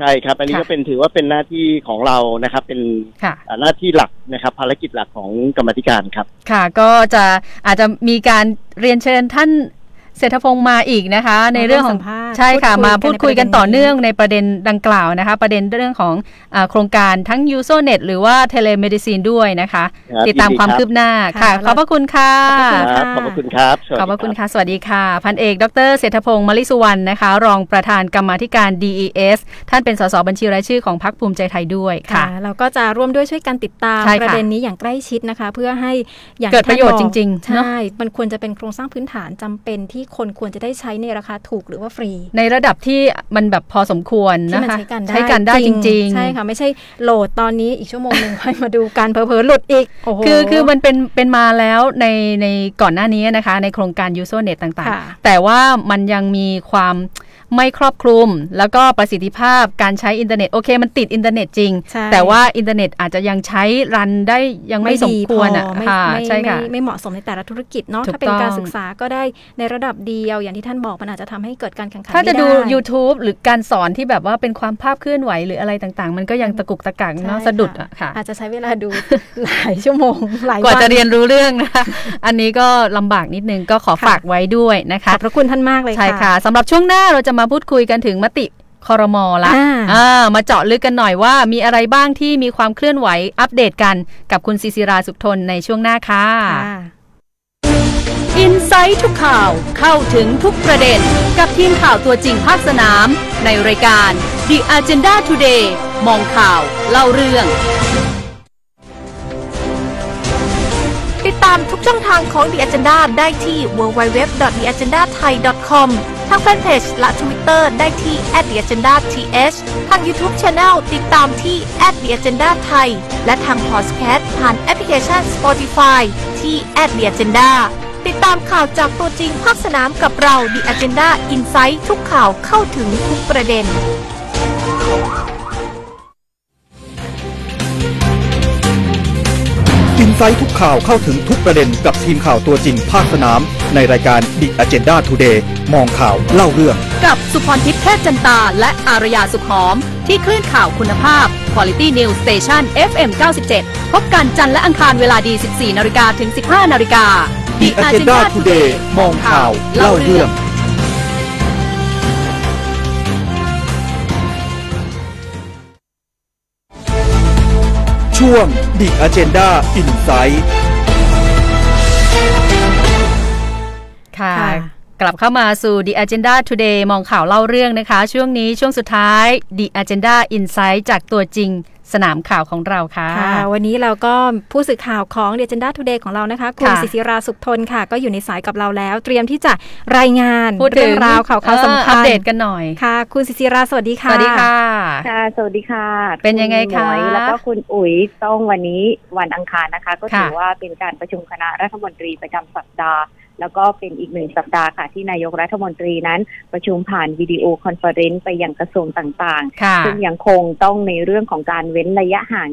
S6: ใช่ครับ อันนี้
S2: ค่ะ
S6: ก็เป็นถือว่าเป็นหน้าที่ของเรานะครับ เป็น
S2: ค่ะ
S6: อ่าหน้าที่หลักนะครับ ภารกิจหลักของกรรมาธิการครับ
S2: ค่ะก็จะอาจจะมีการเรียนเชิญท่านเศรษฐพงษ์มาอีกนะคะ ในเรื่องขอ
S3: มาร่ว
S2: ง
S3: มสัมภาษณ์
S2: ใช่ค่ะ
S3: พูดคุย
S2: มาพูดคุย
S3: กั
S2: กัน น
S3: ในประเด็นนี้
S2: ต่อเนื่องในประเด็นดังกล่าวนะคะ ประเด็นเรื่องของอาโครงการทั้ง u s o n e t หรือว่า Telemedicine ด้วยนะคะ
S6: ครับ
S2: ติดตามความ
S6: ยิ
S2: คืบ
S6: นดีครับ
S2: หน้า
S3: ค่ะ
S2: ค่ะ ขอบพระคุณค่ะ
S6: ครับขอบพระคุณครับสวัส
S2: ข
S6: ดี
S2: อบพระคุณค่ะ สวัสดีค่ะ พันเอก ดรเศรษฐพงศ์มลิสุวรรณนะคะ รองประธานกรรมาธิการ DES ท่านเป็นสสบัญชีรายชื่อของพรรคภูมิใจไทยด้วยค่ะ
S3: เราก็จะร่วมด้วยช่วยกันติดตาม
S2: ใช่ค่ะ
S3: ประเด็นนี้อย่างใกล้ชิดนะคะ เพื่อให้อย่าง
S2: เกิดประโยชน์
S3: ที่ท่านบอก
S2: จริงๆเนอะ
S3: ใช่ มันควรจะเป็นโครงสร้างพื้นฐานจำเป็นที่คนควรจะได้ใช้ในราคาถูกหรือว่าฟรี
S2: ในระดับที่มันแบบพอสมควร
S3: ที่
S2: นะ
S3: มัน
S2: คะ
S3: ใช้กันได้
S2: ได้จริง ๆ
S3: ใช่ค่ะ ไม่ใช่โหลดตอนนี้อีกชั่วโมงห นึ่ง ค่อยมาดูการเผลอๆหลุดอีกโอ้โห
S2: คือคือมันเป็นเป็นมาแล้วในในก่อนหน้านี้นะคะ ในโครงการ UserNet ต่าง
S3: ค่ะ
S2: ๆ แต่ว่ามันยังมีความไม่ครอบคลุม แล้วก็ประสิทธิภาพการใช้อินเทอร์เน็ต โอเค มันติดอินเทอร์เน็ตจริง
S3: ใช่
S2: แต่ว่าอินเทอร์เน็ตอาจจะยังใช้รันได้ยังไม่สม
S3: ดี
S2: ควรอ่ะ
S3: พไม่
S2: ค่ะ
S3: ไม่
S2: ใช่ค่ะ
S3: ไม่ไม่เหมาะสมในแต่ละธุรกิจเนาะ
S2: ถูก
S3: ถ้าเป็นการ
S2: ต้อง
S3: ศึกษาก็ได้ในระดับเดียวอย่างที่ท่านบอกมันอาจจะทำให้เกิดการแข่งขัน
S2: ถ้าจะ
S3: ไม่ไ
S2: ดู YouTube หรือการสอนที่แบบว่าเป็นความภาพเคลื่อนไหวหรืออะไรต่างๆ มันก็ยังตะกุกตะกักเนาะ
S3: ใช่
S2: สะดุดอะค่ะ
S3: อาจจะใช้เวลาดู หลายชั่วโมง หลาย
S2: กว่าจะ
S3: น
S2: เรียนรู้เรื่องนะคะ อันนี้ก็ลำบากนิดนึงก็ขอฝากไว้ด้วยนะ
S3: ข
S2: คะ
S3: อบพระคุณท่านมากเลยค่ะ
S2: ใช่ค่ะสำหรับช่วงหน้าเราจะมาพูดคุยกันถึงมติคอรมอละ
S3: อ่า
S2: อ่ามาเจาะลึกกันหน่อยว่ามีอะไรบ้างที่มีความเคลื่อนไหวอัปเดตกันกับคุณศิศิราสุขทนในช่วงหน้าค่ะ
S3: ค่ะ
S2: อินไซต์ทุกข่าวเข้าถึงทุกประเด็น กับทีมข่าวตัวจริงภาคสนาม ในรายการ The Agenda Today มองข่าวเล่าเรื่อง
S4: ติดตามทุกช่องทางของ The Agenda ได้ที่ www.theagendathai.com ทางแฟนเพจและ Twitter ได้ที่ @theagendath ทาง YouTube Channel ติดตามที่ @theagendathai และทางพอดแคสต์ผ่านแอปพลิเคชัน Spotify ที่ @theagenda ติดตามข่าวจากตัวจริงภาคสนามกับเรา The Agenda Insight ทุกข่าวเข้าถึงทุกประเด็น
S1: อิน ไซต์ทุกข่าวเข้าถึงทุกประเด็นกับทีมข่าวตัวจริงภาคสนาม ในรายการ The Agenda Today มองข่าวเล่าเรื่อง
S7: กับสุพรทิพย์เทพจันตา และอารยาสุขหอม ที่คลื่นข่าวคุณภาพ Quality News Station FM 97 พบกันจันทร์และอังคารเวลาดี 14นาฬิกาถึง 15นาฬิกา
S1: The Agenda Today มองข่าวเล่าเรื่อง ช่วง The Agenda Insight
S2: ค่ะ
S3: ค่ะ
S2: กลับเข้ามาสู่ The Agenda Today มองข่าวเล่าเรื่องนะคะ ช่วงนี้ช่วงสุดท้าย The Agenda Insight จากตัวจริงสนามข่าวของเราค่ะ
S3: ค่ะ วันนี้เราก็ผู้สื่อข่าวของเดจันดาทูเดย์ของเรานะคะ คุณ
S2: ค่ะ
S3: ศิศิราสุขทนค่ะ ก็อยู่ในสายกับเราแล้ว เตรียมที่จะรายงาน
S2: พูดถึ
S3: เรื่อง งราวข่าวข่าว
S2: เอ่อ
S3: สำ
S2: อั
S3: คั
S2: ป
S3: ญ
S2: เดตกันหน่อย
S3: ค่ะ คุณศิศิราสวัสดี
S2: ส
S3: ค่ะ
S2: วัสดีค่ะ
S8: ค่ะ สวัสดีค่ะ
S2: เป็นยังไงคะ
S8: ณหมวยแล้วก็คุณอุ๋ยต้องวันนี้วันอังคารนะคะ ก็ถือ
S2: ค่ะ
S8: ว่าเป็นการประชุมคณะรัฐมนตรีประจำสัปดาห์ แล้วก็เป็นอีกหนึ่งสัปดาห์ค่ะ ที่นายกรัฐมนตรีนั้นประชุมผ่านวิดีโอคอนเฟอเรนซ์ไปยังกระทรวงต่าง
S2: ค่ะ
S8: ๆ ซึ่งยังคงต้องในเรื่องของการเว้นระยะห่าง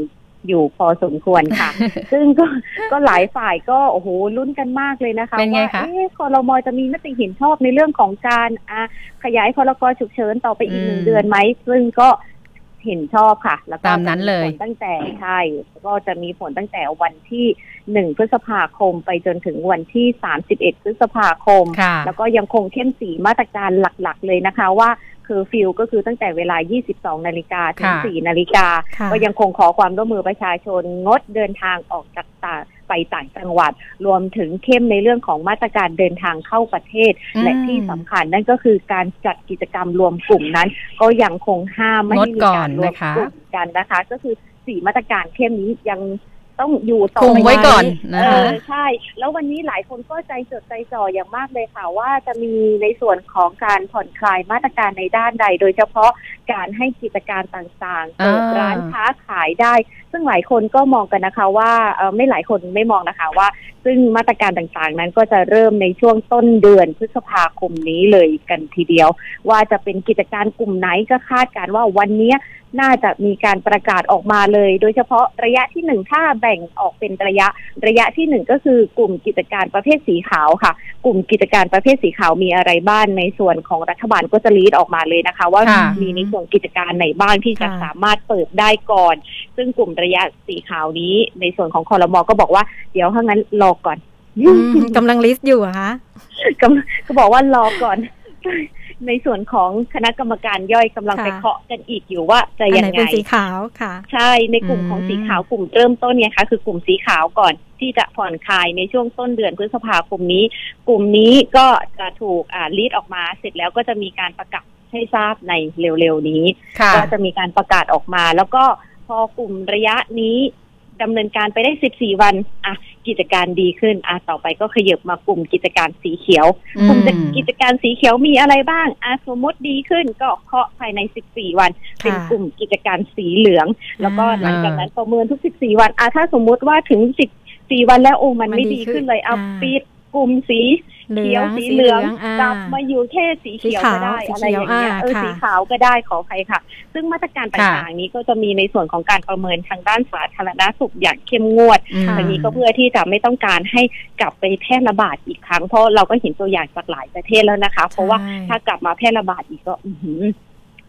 S8: อยู่พอสมควร ค่ะ ซึ่งก็ก็หลายฝ่ายก็โอ้โหลุ้นกันมากเลยนะคะ
S2: เป็นไง
S8: ว่า
S2: คะ
S8: เอ๊ะคอรมอจะมีมติเห็นชอบในเรื่องของการอ่ะขยายพรกฉุกเฉินต่อไปอีกหนึ่
S2: อื
S8: ง
S2: ม
S8: เดือนไหม ซึ่งก็เห็นชอบค่ะ แล้วก็
S2: ตามนั้นเลย
S8: จะผตั้งแต่ใช่ก็จะมีผลตั้งแต่วันที่หนึ่งพฤษภาคมไปจนถึงวันที่สามสิบเอ็ดพฤษภาคม
S2: ค่ะ
S8: แล้วก็ยังคงเข้มสีมาตรการหลักๆ เลยนะคะว่าคือฟิลก็คือตั้งแต่เวลา 22 นาฬิกาถึง
S2: ค่ะ
S8: 4 นาฬิกา
S3: ค่ะ
S8: ก็ยังคงขอความร่วมมือประชาชนงดเดินทางออกจากต่างไปต่างจังหวัด รวมถึงเข้มในเรื่องของมาตรการเดินทางเข้าประเทศ
S2: อืม
S8: และที่สำคัญนั่นก็คือการจัดกิจกรรมรวมกลุ่มนั้น ก็ยังคงห้ามไม่ให้มีการ
S2: งดก่อน
S8: รวม
S2: นะคะ
S8: กลุ่มกันนะคะ ก็คือสี่มาตรการเข้มนี้ยังต้องอยู่ต่อ
S2: คุม
S8: ไป
S2: ไว้ก่อนนะ
S8: เอ
S2: คะ
S8: อใช่ แล้ววันนี้หลายคนก็ใจจดใจจ่ออย่างมากเลยค่ะ ว่าจะมีในส่วนของการผ่อนคลายมาตรการในด้านใด โดยเฉพาะการให้กิจการต่างๆ
S2: อ่า
S8: เปิดร้านค้าขายได้ ซึ่งหลายคนก็มองกันนะคะว่าเอ่อไม่หลายคนไม่มองนะคะว่า ซึ่งมาตรการต่างๆ นั้นก็จะเริ่มในช่วงต้นเดือนพฤษภาคมนี้เลยกันทีเดียว ว่าจะเป็นกิจการกลุ่มไหนก็คาดการณ์ว่าวันเนี้ยน่าจะมีการประกาศออกมาเลย โดยเฉพาะระยะที่หนึ่งถ้าแบ่งออกเป็นระยะ ระยะที่หนึ่งก็คือกลุ่มกิจการประเภทสีขาวค่ะ กลุ่มกิจการประเภทสีขาวมีอะไรบ้างในส่วนของรัฐบาลก็จะลีดออกมาเลยนะคะ ว่า
S2: ค่ะ
S8: มีในส่วนกิจการไหนบ้างที่จะ
S3: ค่ะ
S8: สามารถเปิดได้ก่อน ซึ่งกลุ่มระยะสีขาวนี้ ในส่วนของคอรมอก็บอกว่าเดี๋ยวถ้างั้นรอก่อน
S3: อืมกำลังลิสต์อยู่เหรอค่ะ
S8: ก็ ก็บอกว่ารอก่อน ในส่วนของคณะกรรมการย่อยกำลัง
S3: ค่ะ
S8: ไปเคาะกันอีกอยู่ว่าจะ
S3: อัน
S8: ยัง
S3: ไหน
S8: ไง
S3: เป็นสีขาวค่ะ
S8: ใช่ในกลุ่มของ
S3: อืม
S8: สีขาวกลุ่มเริ่มต้นเนี่ยคะคือกลุ่มสีขาวก่อนที่จะผ่อนคลายในช่วงต้นเดือนพฤษภาคมนี้ กลุ่มนี้ก็จะถูกอ่าลีดออกมาเสร็จแล้วก็จะมีการประกาศให้ทราบในเร็วๆนี้
S2: ค่ะ
S8: ก็จะมีการประกาศออกมา แล้วก็พอกลุ่มระยะนี้ดำเนินการไปได้ 14 วันอ่ะกิจการดีขึ้นอ่ะต่อไปก็ขยับมากลุ่มกิจการสีเขียว
S2: อืม
S8: กลุ่มกิจการสีเขียวมีอะไรบ้างอ่ะสมมติดีขึ้นก็เคาะภายใน 14 วัน เป็นกลุ่มกิจการสีเหลือง แล้วก็หลังจากนั้นประเมินทุก 14 วันอ่ะถ้าสมมติว่าถึง 14 วันแล้วโอ้มันไม่ดีขึ้นเลยเอา
S3: อ่า
S8: ปิดกลุ่มสี
S3: เหลื
S8: เขี
S3: อ
S8: ยว
S3: ง
S8: สี
S3: สี
S8: เห
S3: เห
S8: ลื
S3: ลื
S8: อ
S3: อง งอ่า
S8: กลับมาอยู่แค่สีเขียวก็ได้
S3: สีขาว
S8: อะไรอย่างเงี้
S3: สีเขียว
S8: ย
S3: อ่า
S8: เออ
S3: ค่ะ
S8: สีขาวก็ได้ขออภัยค่ะ ซึ่งมาตรการต่างๆนี้ก็จะมีในส่วนของการประเมินทางด้านสาธารณสุขอย่างเข้มงวด
S2: อืม
S8: อันนี้ก็เพื่อที่จะไม่ต้องการให้กลับไปแพร่ระบาดอีกครั้งเพราะเราก็เห็นตัวอย่างจากหลายประเทศแล้วนะคะ เพราะว่าถ้ากลับมาแพร่ระบาดอีกก็อื้อหือ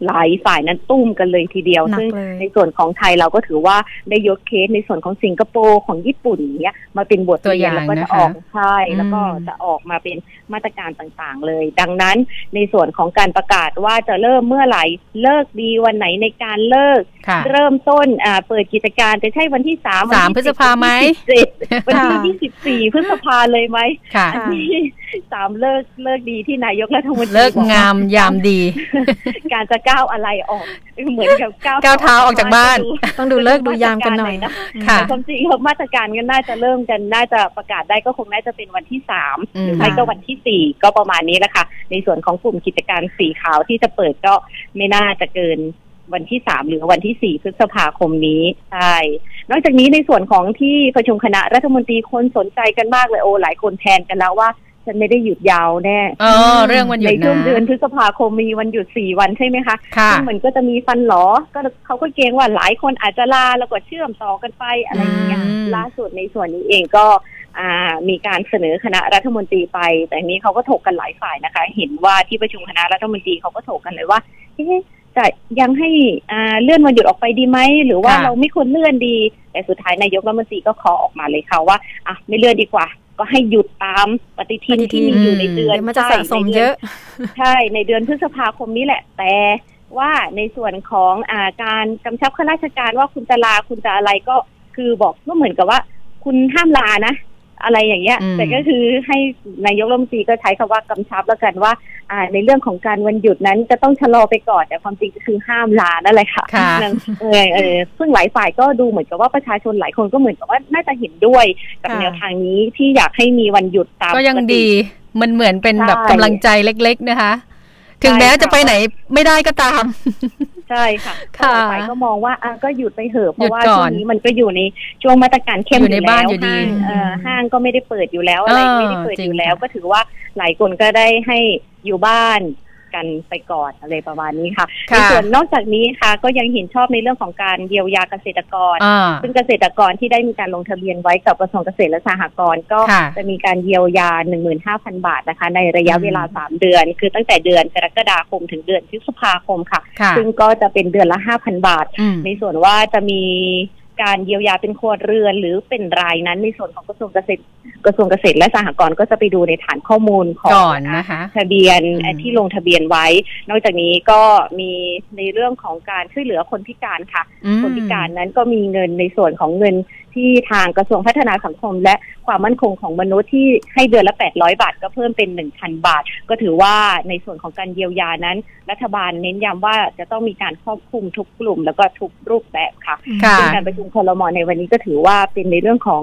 S8: หลายฝ่ายนั้นตุ้มกันเลยทีเดียว
S3: หนัก
S8: ซึ่ง
S3: เลย
S8: ในส่วนของไทยเราก็ถือว่าได้ยกเคสในส่วนของสิงคโปร์ของญี่ปุ่นอย่างเนี้ยมาเป็นบท
S2: ตัวอ
S8: เรียน
S2: ย่าง
S8: แล้วก็จะ
S2: นะคะ
S8: ออกใช่
S2: อืม
S8: แล้วก็จะออกมาเป็นมาตรการต่างๆเลย ดังนั้นในส่วนของการประกาศว่าจะเริ่มเมื่อไหร่เลิกดีวันไหนในการเลิก
S2: ค่ะ
S8: เริ่มต้นอ่าเปิดกิจการจะใช่วันที่สามวัน
S2: สาม
S8: ที่
S2: พฤษภาไหม
S8: สิบวันที่ยี่สิบสี่พฤษภาเลยไหม
S2: ค่ะ
S8: อันที่สามเลิกเลิกดีที่นายกรัฐมนตรี
S2: เลิก
S8: บอกว่
S2: งามยามดี
S8: การจะก้าวอะไรออกเหมือนกับก้าว
S2: ก้าวเท้าออกจากบ้าน
S3: ต้องดูเลิกษ์ดูยามกันหน่อย
S8: นะ
S2: ค่ะ
S8: แต่ความจริงแล้วมาตรการกันน่าจะเริ่มกันน่าจะประกาศได้ก็คงน่าจะเป็นวันที่สาม
S2: อืม
S8: หรือไม่ก็วันที่สี่ก็ประมาณนี้แหละค่ะ ในส่วนของกลุ่มกิจการสีขาวที่จะเปิดก็ไม่น่าจะเกินวันที่สามหรือวันที่สี่พฤษภาคมนี้ใช่นอกจากนี้ในส่วนของที่ประชุมคณะรัฐมนตรีคนสนใจกันมากเลยโอหลายคนแทนกันแล้วว่า ฉันไม่ได้หยุดยาวแน่
S2: เออเรื่องวันหยุด
S8: ในช่วง
S2: นะ
S8: เดือนพฤษภาคมมีวันหยุดสี่วันใช่ไหมคะ
S2: ค่ะ
S8: ซึ่งมันก็จะมีฟันหลอ ก็เขาก็เกรงว่าหลายคนอาจจะลาแล้วก็เชื่อมต่อกันไปอะไรอย่างเงี้ย
S2: อืม
S8: ล่าสุดในส่วนนี้เองก็อ่ามีการเสนอคณะรัฐมนตรีไป แต่อันนี้เขาก็ถกกันหลายฝ่ายนะคะ เห็นว่าที่ประชุมคณะรัฐมนตรีเขาก็ถกกันเลยว่าเอ๊ะจะยังให้อ่าเลื่อนวันหยุดออกไปดีไหม หรือว่า
S2: ค่ะ
S8: เราไม่ควรเลื่อนดี แต่สุดท้ายนายกรัฐมนตรีก็ขอออกมาเลยค่ะว่าอ่ะไม่เลื่อนดีกว่า ก็ให้หยุดตามปฏิทินที่มีอยู่ในเดือน
S9: เดี๋ยวมันจะ
S8: ใช่
S9: สะสม
S8: ในดืน
S9: เยอะ
S8: ใช่ ในเดือนพฤษภาคมนี้แหละ แต่ว่าในส่วนของอาการกำชับข้าราชการว่าคุณจะลาคุณจะอะไรก็คือบอกก็เหมือนกับว่า คุณห้ามลานะ อะไรอย่างเงี้ย
S2: อืม
S8: แต่ก็คือให้นายกรัฐมนตรีก็ใช้คำว่ากำชับแล้วกันว่า อ่า ในเรื่องของการวันหยุดนั้นจะต้องชะลอไปก่อน แต่ความจริงก็คือห้ามลานั่นแหละค่ะ
S2: ค่ะ
S8: นั่นเออเออซึ่งหลายฝ่ายก็ดูเหมือนกับว่าประชาชนหลายคนก็เหมือนกับว่าน่าจะเห็นด้วยกับ
S9: ค่ะ
S8: แนวทางนี้ที่อยากให้มีวันหยุดตาม
S2: ก็ยัง
S8: ปติ
S2: ดีมันเหมือนเป็นแบบ
S8: ใช่
S2: กำลังใจเล็กๆนะคะ ถึงแม้
S8: ใช่ค่ะ
S2: จะไปไหนไม่ได้ก็ตาม
S8: ใช่ค่ะ
S2: ค่ะ
S8: หลายฝ่ายก็มองว่าอ่ะก็หยุดไปเถอะเพ
S2: หยุด
S8: ราะว่า
S2: ก่อ
S8: ช่วนงนี้มันก็อยู่ในช่วงมาตรการเข้ม
S2: อ
S8: อยู่ ยู่
S2: ใน
S8: แล้ว
S2: บ้านอยู่ดี
S8: ห้างเอ่อห้างก็ไม่ได้เปิดอยู่แล้วอะไร
S2: เออ
S8: ไม่ได้เปิด
S2: จริง
S8: อยู่แล้ว
S2: ค่ะ
S8: ก็ถือว่าหลายคนก็ได้ให้อยู่บ้านกันไปก่อนอะไรประมาณนี้ค่ะใน
S2: ค่ะ
S8: ส่วนนอกจากนี้ค่ะ ก็ยังเห็นชอบในเรื่องของการเยียวยาเกษตรกร
S2: อ่า
S8: ซึ่งเกษตรกรที่ได้มีการลงทะเบียนไว้กับกระทรวงเกษตรและสหกรณ์ก็
S2: ค่ะ
S8: จะมีการเยียวยา 15,000 บาทนะคะ ในระยะเวลา 3 เดือน คือตั้งแต่เดือนกรกฎาคมถึงเดือนพฤษภาคมค่ะ
S2: ค่ะ
S8: ซึ่งก็จะเป็นเดือนละ 5,000 บาท
S2: อืม
S8: ในส่วนว่าจะมีการเยียวยาเป็นครัวเรือน หรือเป็นรายนั้นในส่วนของกระทรวงเกษตรกระทรวงเกษตรและสหกรณ์ก็จะไปดูในฐานข้อมูลของ
S2: ก่อนนะคะ
S8: ทะเบียน
S2: อืม
S8: ที่ลงทะเบียนไว้ นอกจากนี้ก็มีในเรื่องของการช่วยเหลือคนพิการค่ะ
S2: อืม
S8: คนพิการนั้นก็มีเงินในส่วนของเงินที่ทางกระทรวงพัฒนาสังคม และความมั่นคงของมนุษย์ที่ให้เดือนละ 800 บาท ก็เพิ่มเป็น 1,000 บาท ก็ถือว่าในส่วนของการเยียวยานั้น รัฐบาลเน้นย้ำว่าจะต้องมีการครอบคลุมทุกกลุ่ม แล้วก็ทุกรูปแบบค่ะ
S2: ค่ะ
S8: ซึ่งการประชุมคลมในวันนี้ก็ถือว่าเป็นในเรื่องของ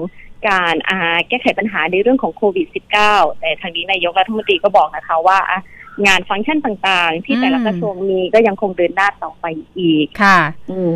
S8: การอ่าแก้ไขปัญหาในเรื่องของโควิด -19 แต่ทางนี้นายกรัฐมนตรีก็บอกนะคะว่าอ่ะงานฟังก์ชันต่างๆ ที่แต่ละ
S2: อืม
S8: กระทรวงมีก็ยังคงเดินหน้าต่อไปอีก
S2: ค่ะ
S8: อืม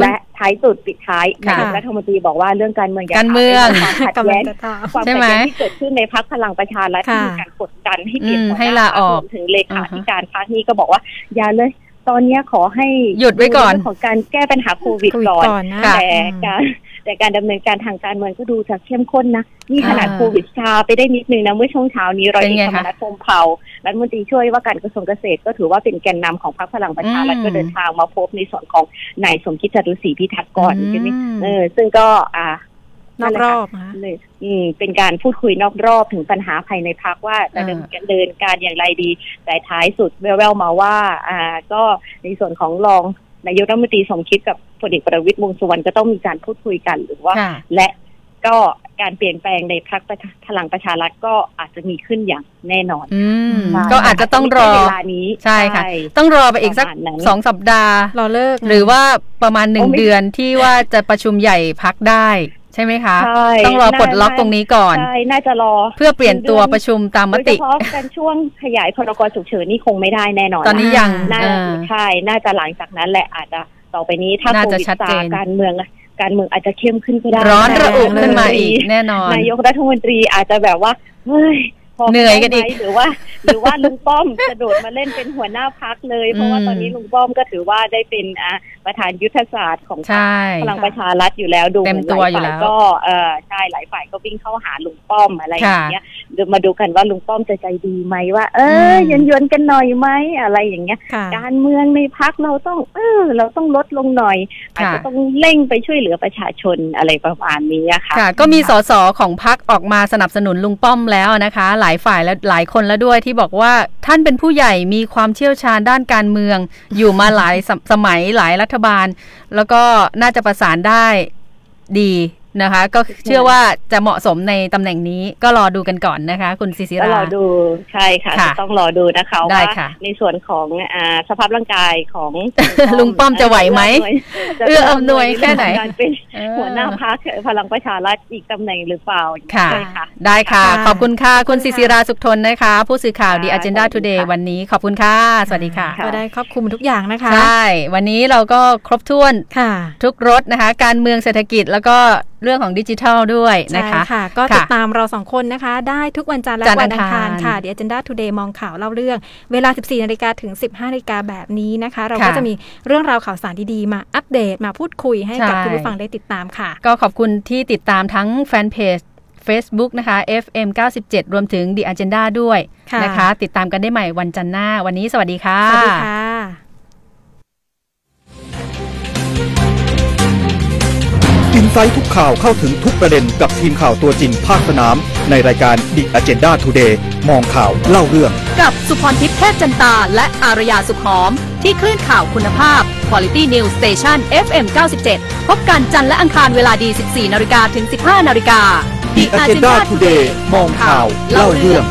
S8: และท้ายสุดปิดท้าย
S2: ค่ะ
S8: นายกรัฐมนตรีบอกว่าเรื่องการเมืองย่
S2: การเมือง
S8: หาเรื่องความ
S2: ใช่
S8: ขัด
S2: ไหม
S8: แย้งความขัดแย้งที่เกิดขึ้นในพักพลังประชารัฐ
S9: ค่ะ
S8: ที่มีการกดดันให้เปลี่ยน
S2: อืม
S8: หัวน้
S2: ให้ลาออก
S8: รวมถึงเล
S2: อ่า
S8: ขา
S2: ฮะ
S8: ธิการพักนี้ก็บอกว่า อย่าเลย ตอนเนี้ยขอให้
S2: หยุดไว้ก่อน
S8: เรื่องของการแก้ปัญหาโควิด
S9: คุย
S8: ก่อน
S9: ก่อนนะ
S2: ค่ะ
S8: แต่การแต่การดำเนินการทางการเมืองก็ดูจะเข้มข้นนะ นี่ขนาด
S2: อ่า
S8: โควิดชาไปได้นิดนึงนะ เมื่อช่วงเช้านี้ร้อย
S2: เป็น
S8: เอก
S2: ไง
S8: ธรร
S2: คะ
S8: มนัฐพรหมเผ่ารัฐมนตรีช่วยว่าการกระทรวงเกษตรก็ถือว่าเป็นแกนนำของพรรคพลังประชารัฐ
S2: อืม
S8: ก็เดินทางมาพบในส่วนของนายสมคิดจารุศรีพิทักษ์ก่อน
S2: อืม
S8: ใช่ไหมเออซึ่งก็อ่าน น
S9: อกรอบนะ
S8: เลยอืมเป็นการพูดคุยนอกรอบถึงปัญหาภายในพรรคว่าจะ
S2: อ่า
S8: ดำเนินการอย่างไรดี แต่ท้ายสุดแว่วๆมาว่า อ่า ก็ในส่วนของรองนายกรัฐมนตรีสมคิดกับพลเอกประวิตยวงษ์สุวรรณก็ต้องมีการพูดคุยกันหรือว่า
S2: ค่ะ
S8: และก็การเปลี่ยนแปลงในพรรคประชาพลังประชารัฐก็อาจจะมีขึ้นอย่างแน่นอน
S2: อืม
S8: ใช่
S2: ก็อาจจะต้องรอ
S8: าจจะไม่ใช่เวลานี้
S2: ใช่ค่ะ ต้องรอไปอีกสัก
S8: ประมาณนั้น
S2: สองสัปดาห์
S9: รอเลิก
S2: หรือว่าประมาณหนึ่ง
S8: โอ้ไม่
S2: เดือนที่ว่าจะประชุมใหญ่พักได้ ใช่ไหมคะ
S8: ใช่
S2: ต้องรอปลดล็อก
S8: า
S2: ตรงนี้ก่อน
S8: ใช่น่าจะรอ
S2: เพื่อเปลี่ยนตัวประชุมตามม
S8: โดยเฉ
S2: ติ
S8: พาะกันช่วงขยายพรกฉุกเฉินนี่คงไม่ได้แน่นอน
S2: ตอนนี้ยัง
S8: น่า
S2: เออ
S8: ใช่น่าจะหลังจากนั้นแหละอาจจะต่อไปนี้ถ้า
S2: น่า
S8: โค
S2: จะ
S8: วิด
S2: ชัด
S8: ซา
S2: เจน
S8: การเมืองการเมืองอาจจะเข้มขึ้นก็ได้
S2: ร้อนระอุ
S9: แรงเลย
S2: ขึ้นมาอีกแน่นอน
S8: นายกรัฐมนตรีอาจจะแบบว่าเฮ้ยพ
S2: เหนื่อยกันอีก
S8: ได้ไหมหรือว่า หรือว่าลุงป้อมกระโดดมาเล่นเป็นหัวหน้าพักเลย เพราะว่า
S2: อืม
S8: ตอนนี้ลุงป้อมก็ถือว่าได้เป็นอ่าประธานยุทธศาสตร์ของพรร
S2: ใช่
S8: คพลังประชารัฐอยู่แล้วดู
S2: เต็ม
S8: หน
S2: ตัวอยู่
S8: หา
S2: แล้
S8: ฝ่าว ก็เออใช่หลายฝ่ายก็วิ่งเข้าหาลุงป้อมอะไรอย่างเงี้ยเดี๋ยวมาดูกันว่าลุงป้อมจะใจดีไหมว่า เออเย็นยวนๆกันหน่อยไหมอะไรอย่างเงี้ย
S9: ค่ะ
S8: การเมืองในพักเราต้อง เออ เราต้องลดลงหน่อย อาจจะ
S2: ค่ะ
S8: ต้องเร่งไปช่วยเหลือประชาชนอะไรประมาณนี้อะค่ะ
S2: ค่ะ ก็มีสสของพักออกมาสนับสนุนลุงป้อมแล้วนะคะ หลายฝ่ายและหลายคนแล้วด้วยที่บอกว่าท่านเป็นผู้ใหญ่มีความเชี่ยวชาญด้านการเมือง อยู่มาหลายสมสมัยหลายรัฐบาล แล้วก็น่าจะประสานได้ดีนะคะ ก็เชื่อว่าจะเหมาะสมในตำแหน่งนี้ก็รอดูกันก่อนนะคะ คุณศิศิ
S8: ก็
S2: รา
S8: รอดูใช่ค่ะ
S2: ค่ะ
S8: จะต้องรอดูนะคะ
S2: ได้
S8: ว่า
S2: ค่ะ
S8: ในส่วนของอ่าสภาพร่างกายของ
S2: ลุงป้อมจะไหวไหม
S8: จะ
S2: เอื้ออำนวยแค่ไหน
S8: เรื่องของการเป็น
S2: เออ
S8: หัวหน้าพักพลังประชารัฐอีกตำแหน่งหรือเปล่า
S2: ค่ะ
S8: ใช่ค่ะ
S2: ได้ค่ะ
S9: ค่ะ
S2: ขอบคุณค่ะ คุณศิศิราสุขทนนะคะ ผู้สื่อข่าว The
S8: ค่ะ
S2: Agenda
S8: สวัสดี
S2: Today
S8: ค่ะ
S2: วันนี้ขอบคุณค่ะ สวัสดีค่ะ
S9: ก็ได้ครอบคลุมทุกอย่างนะคะ
S2: ใช่ วันนี้เราก็ครบถ้วน
S9: ค่ะ
S2: ทุกรถนะคะ การเมืองเศรษฐกิจแล้วก็ เรื่องของดิจิทัลด้วยนะ
S3: ใช่
S2: คะ
S3: ค่ะ ก็
S2: ค่ะ
S3: ติดตามเราสองคนนะคะ ได้ทุกวันจันทร์และ
S2: จันทร์
S3: วันอังคาร
S2: อังคาร
S3: ค่ะ The Agenda Today มองข่าวเล่าเรื่อง เวลา 14นาฬิกาถึง 15นาฬิกาแบบนี้นะคะ เราก็
S2: ค่ะ
S3: จะมีเรื่องราวข่าวสารดีๆ มาอัปเดตมาพูดคุยให้กับ
S2: ใช่
S3: คุณผู้ฟังได้ติดตามค่ะ
S2: ก็ขอบคุณที่ติดตามทั้งแฟนเพจ Facebook นะคะ FM 97 รวมถึง The Agenda ด้วย
S3: ค่ะ
S2: นะคะ ติดตามกันได้ใหม่วันจันทร์หน้า วันนี้สวัสดีค่ะ
S3: สวัสดีค่ะ
S1: อินไซต์ทุกข่าวเข้าถึงทุกประเด็นกับทีมข่าวตัวจริงภาคสนาม ในรายการ The Agenda Today มองข่าวเล่าเรื่อง
S4: กับสุพรทิพย์เทพจันตา และอารยาสุขหอม ที่คลื่นข่าวคุณภาพ Quality News Station FM 97 พบกันจันทร์และอังคารเวลาดี 14นาฬิกาถึง 15นาฬิกา
S1: The Agenda Today มองข่าวเล่าเรื่อง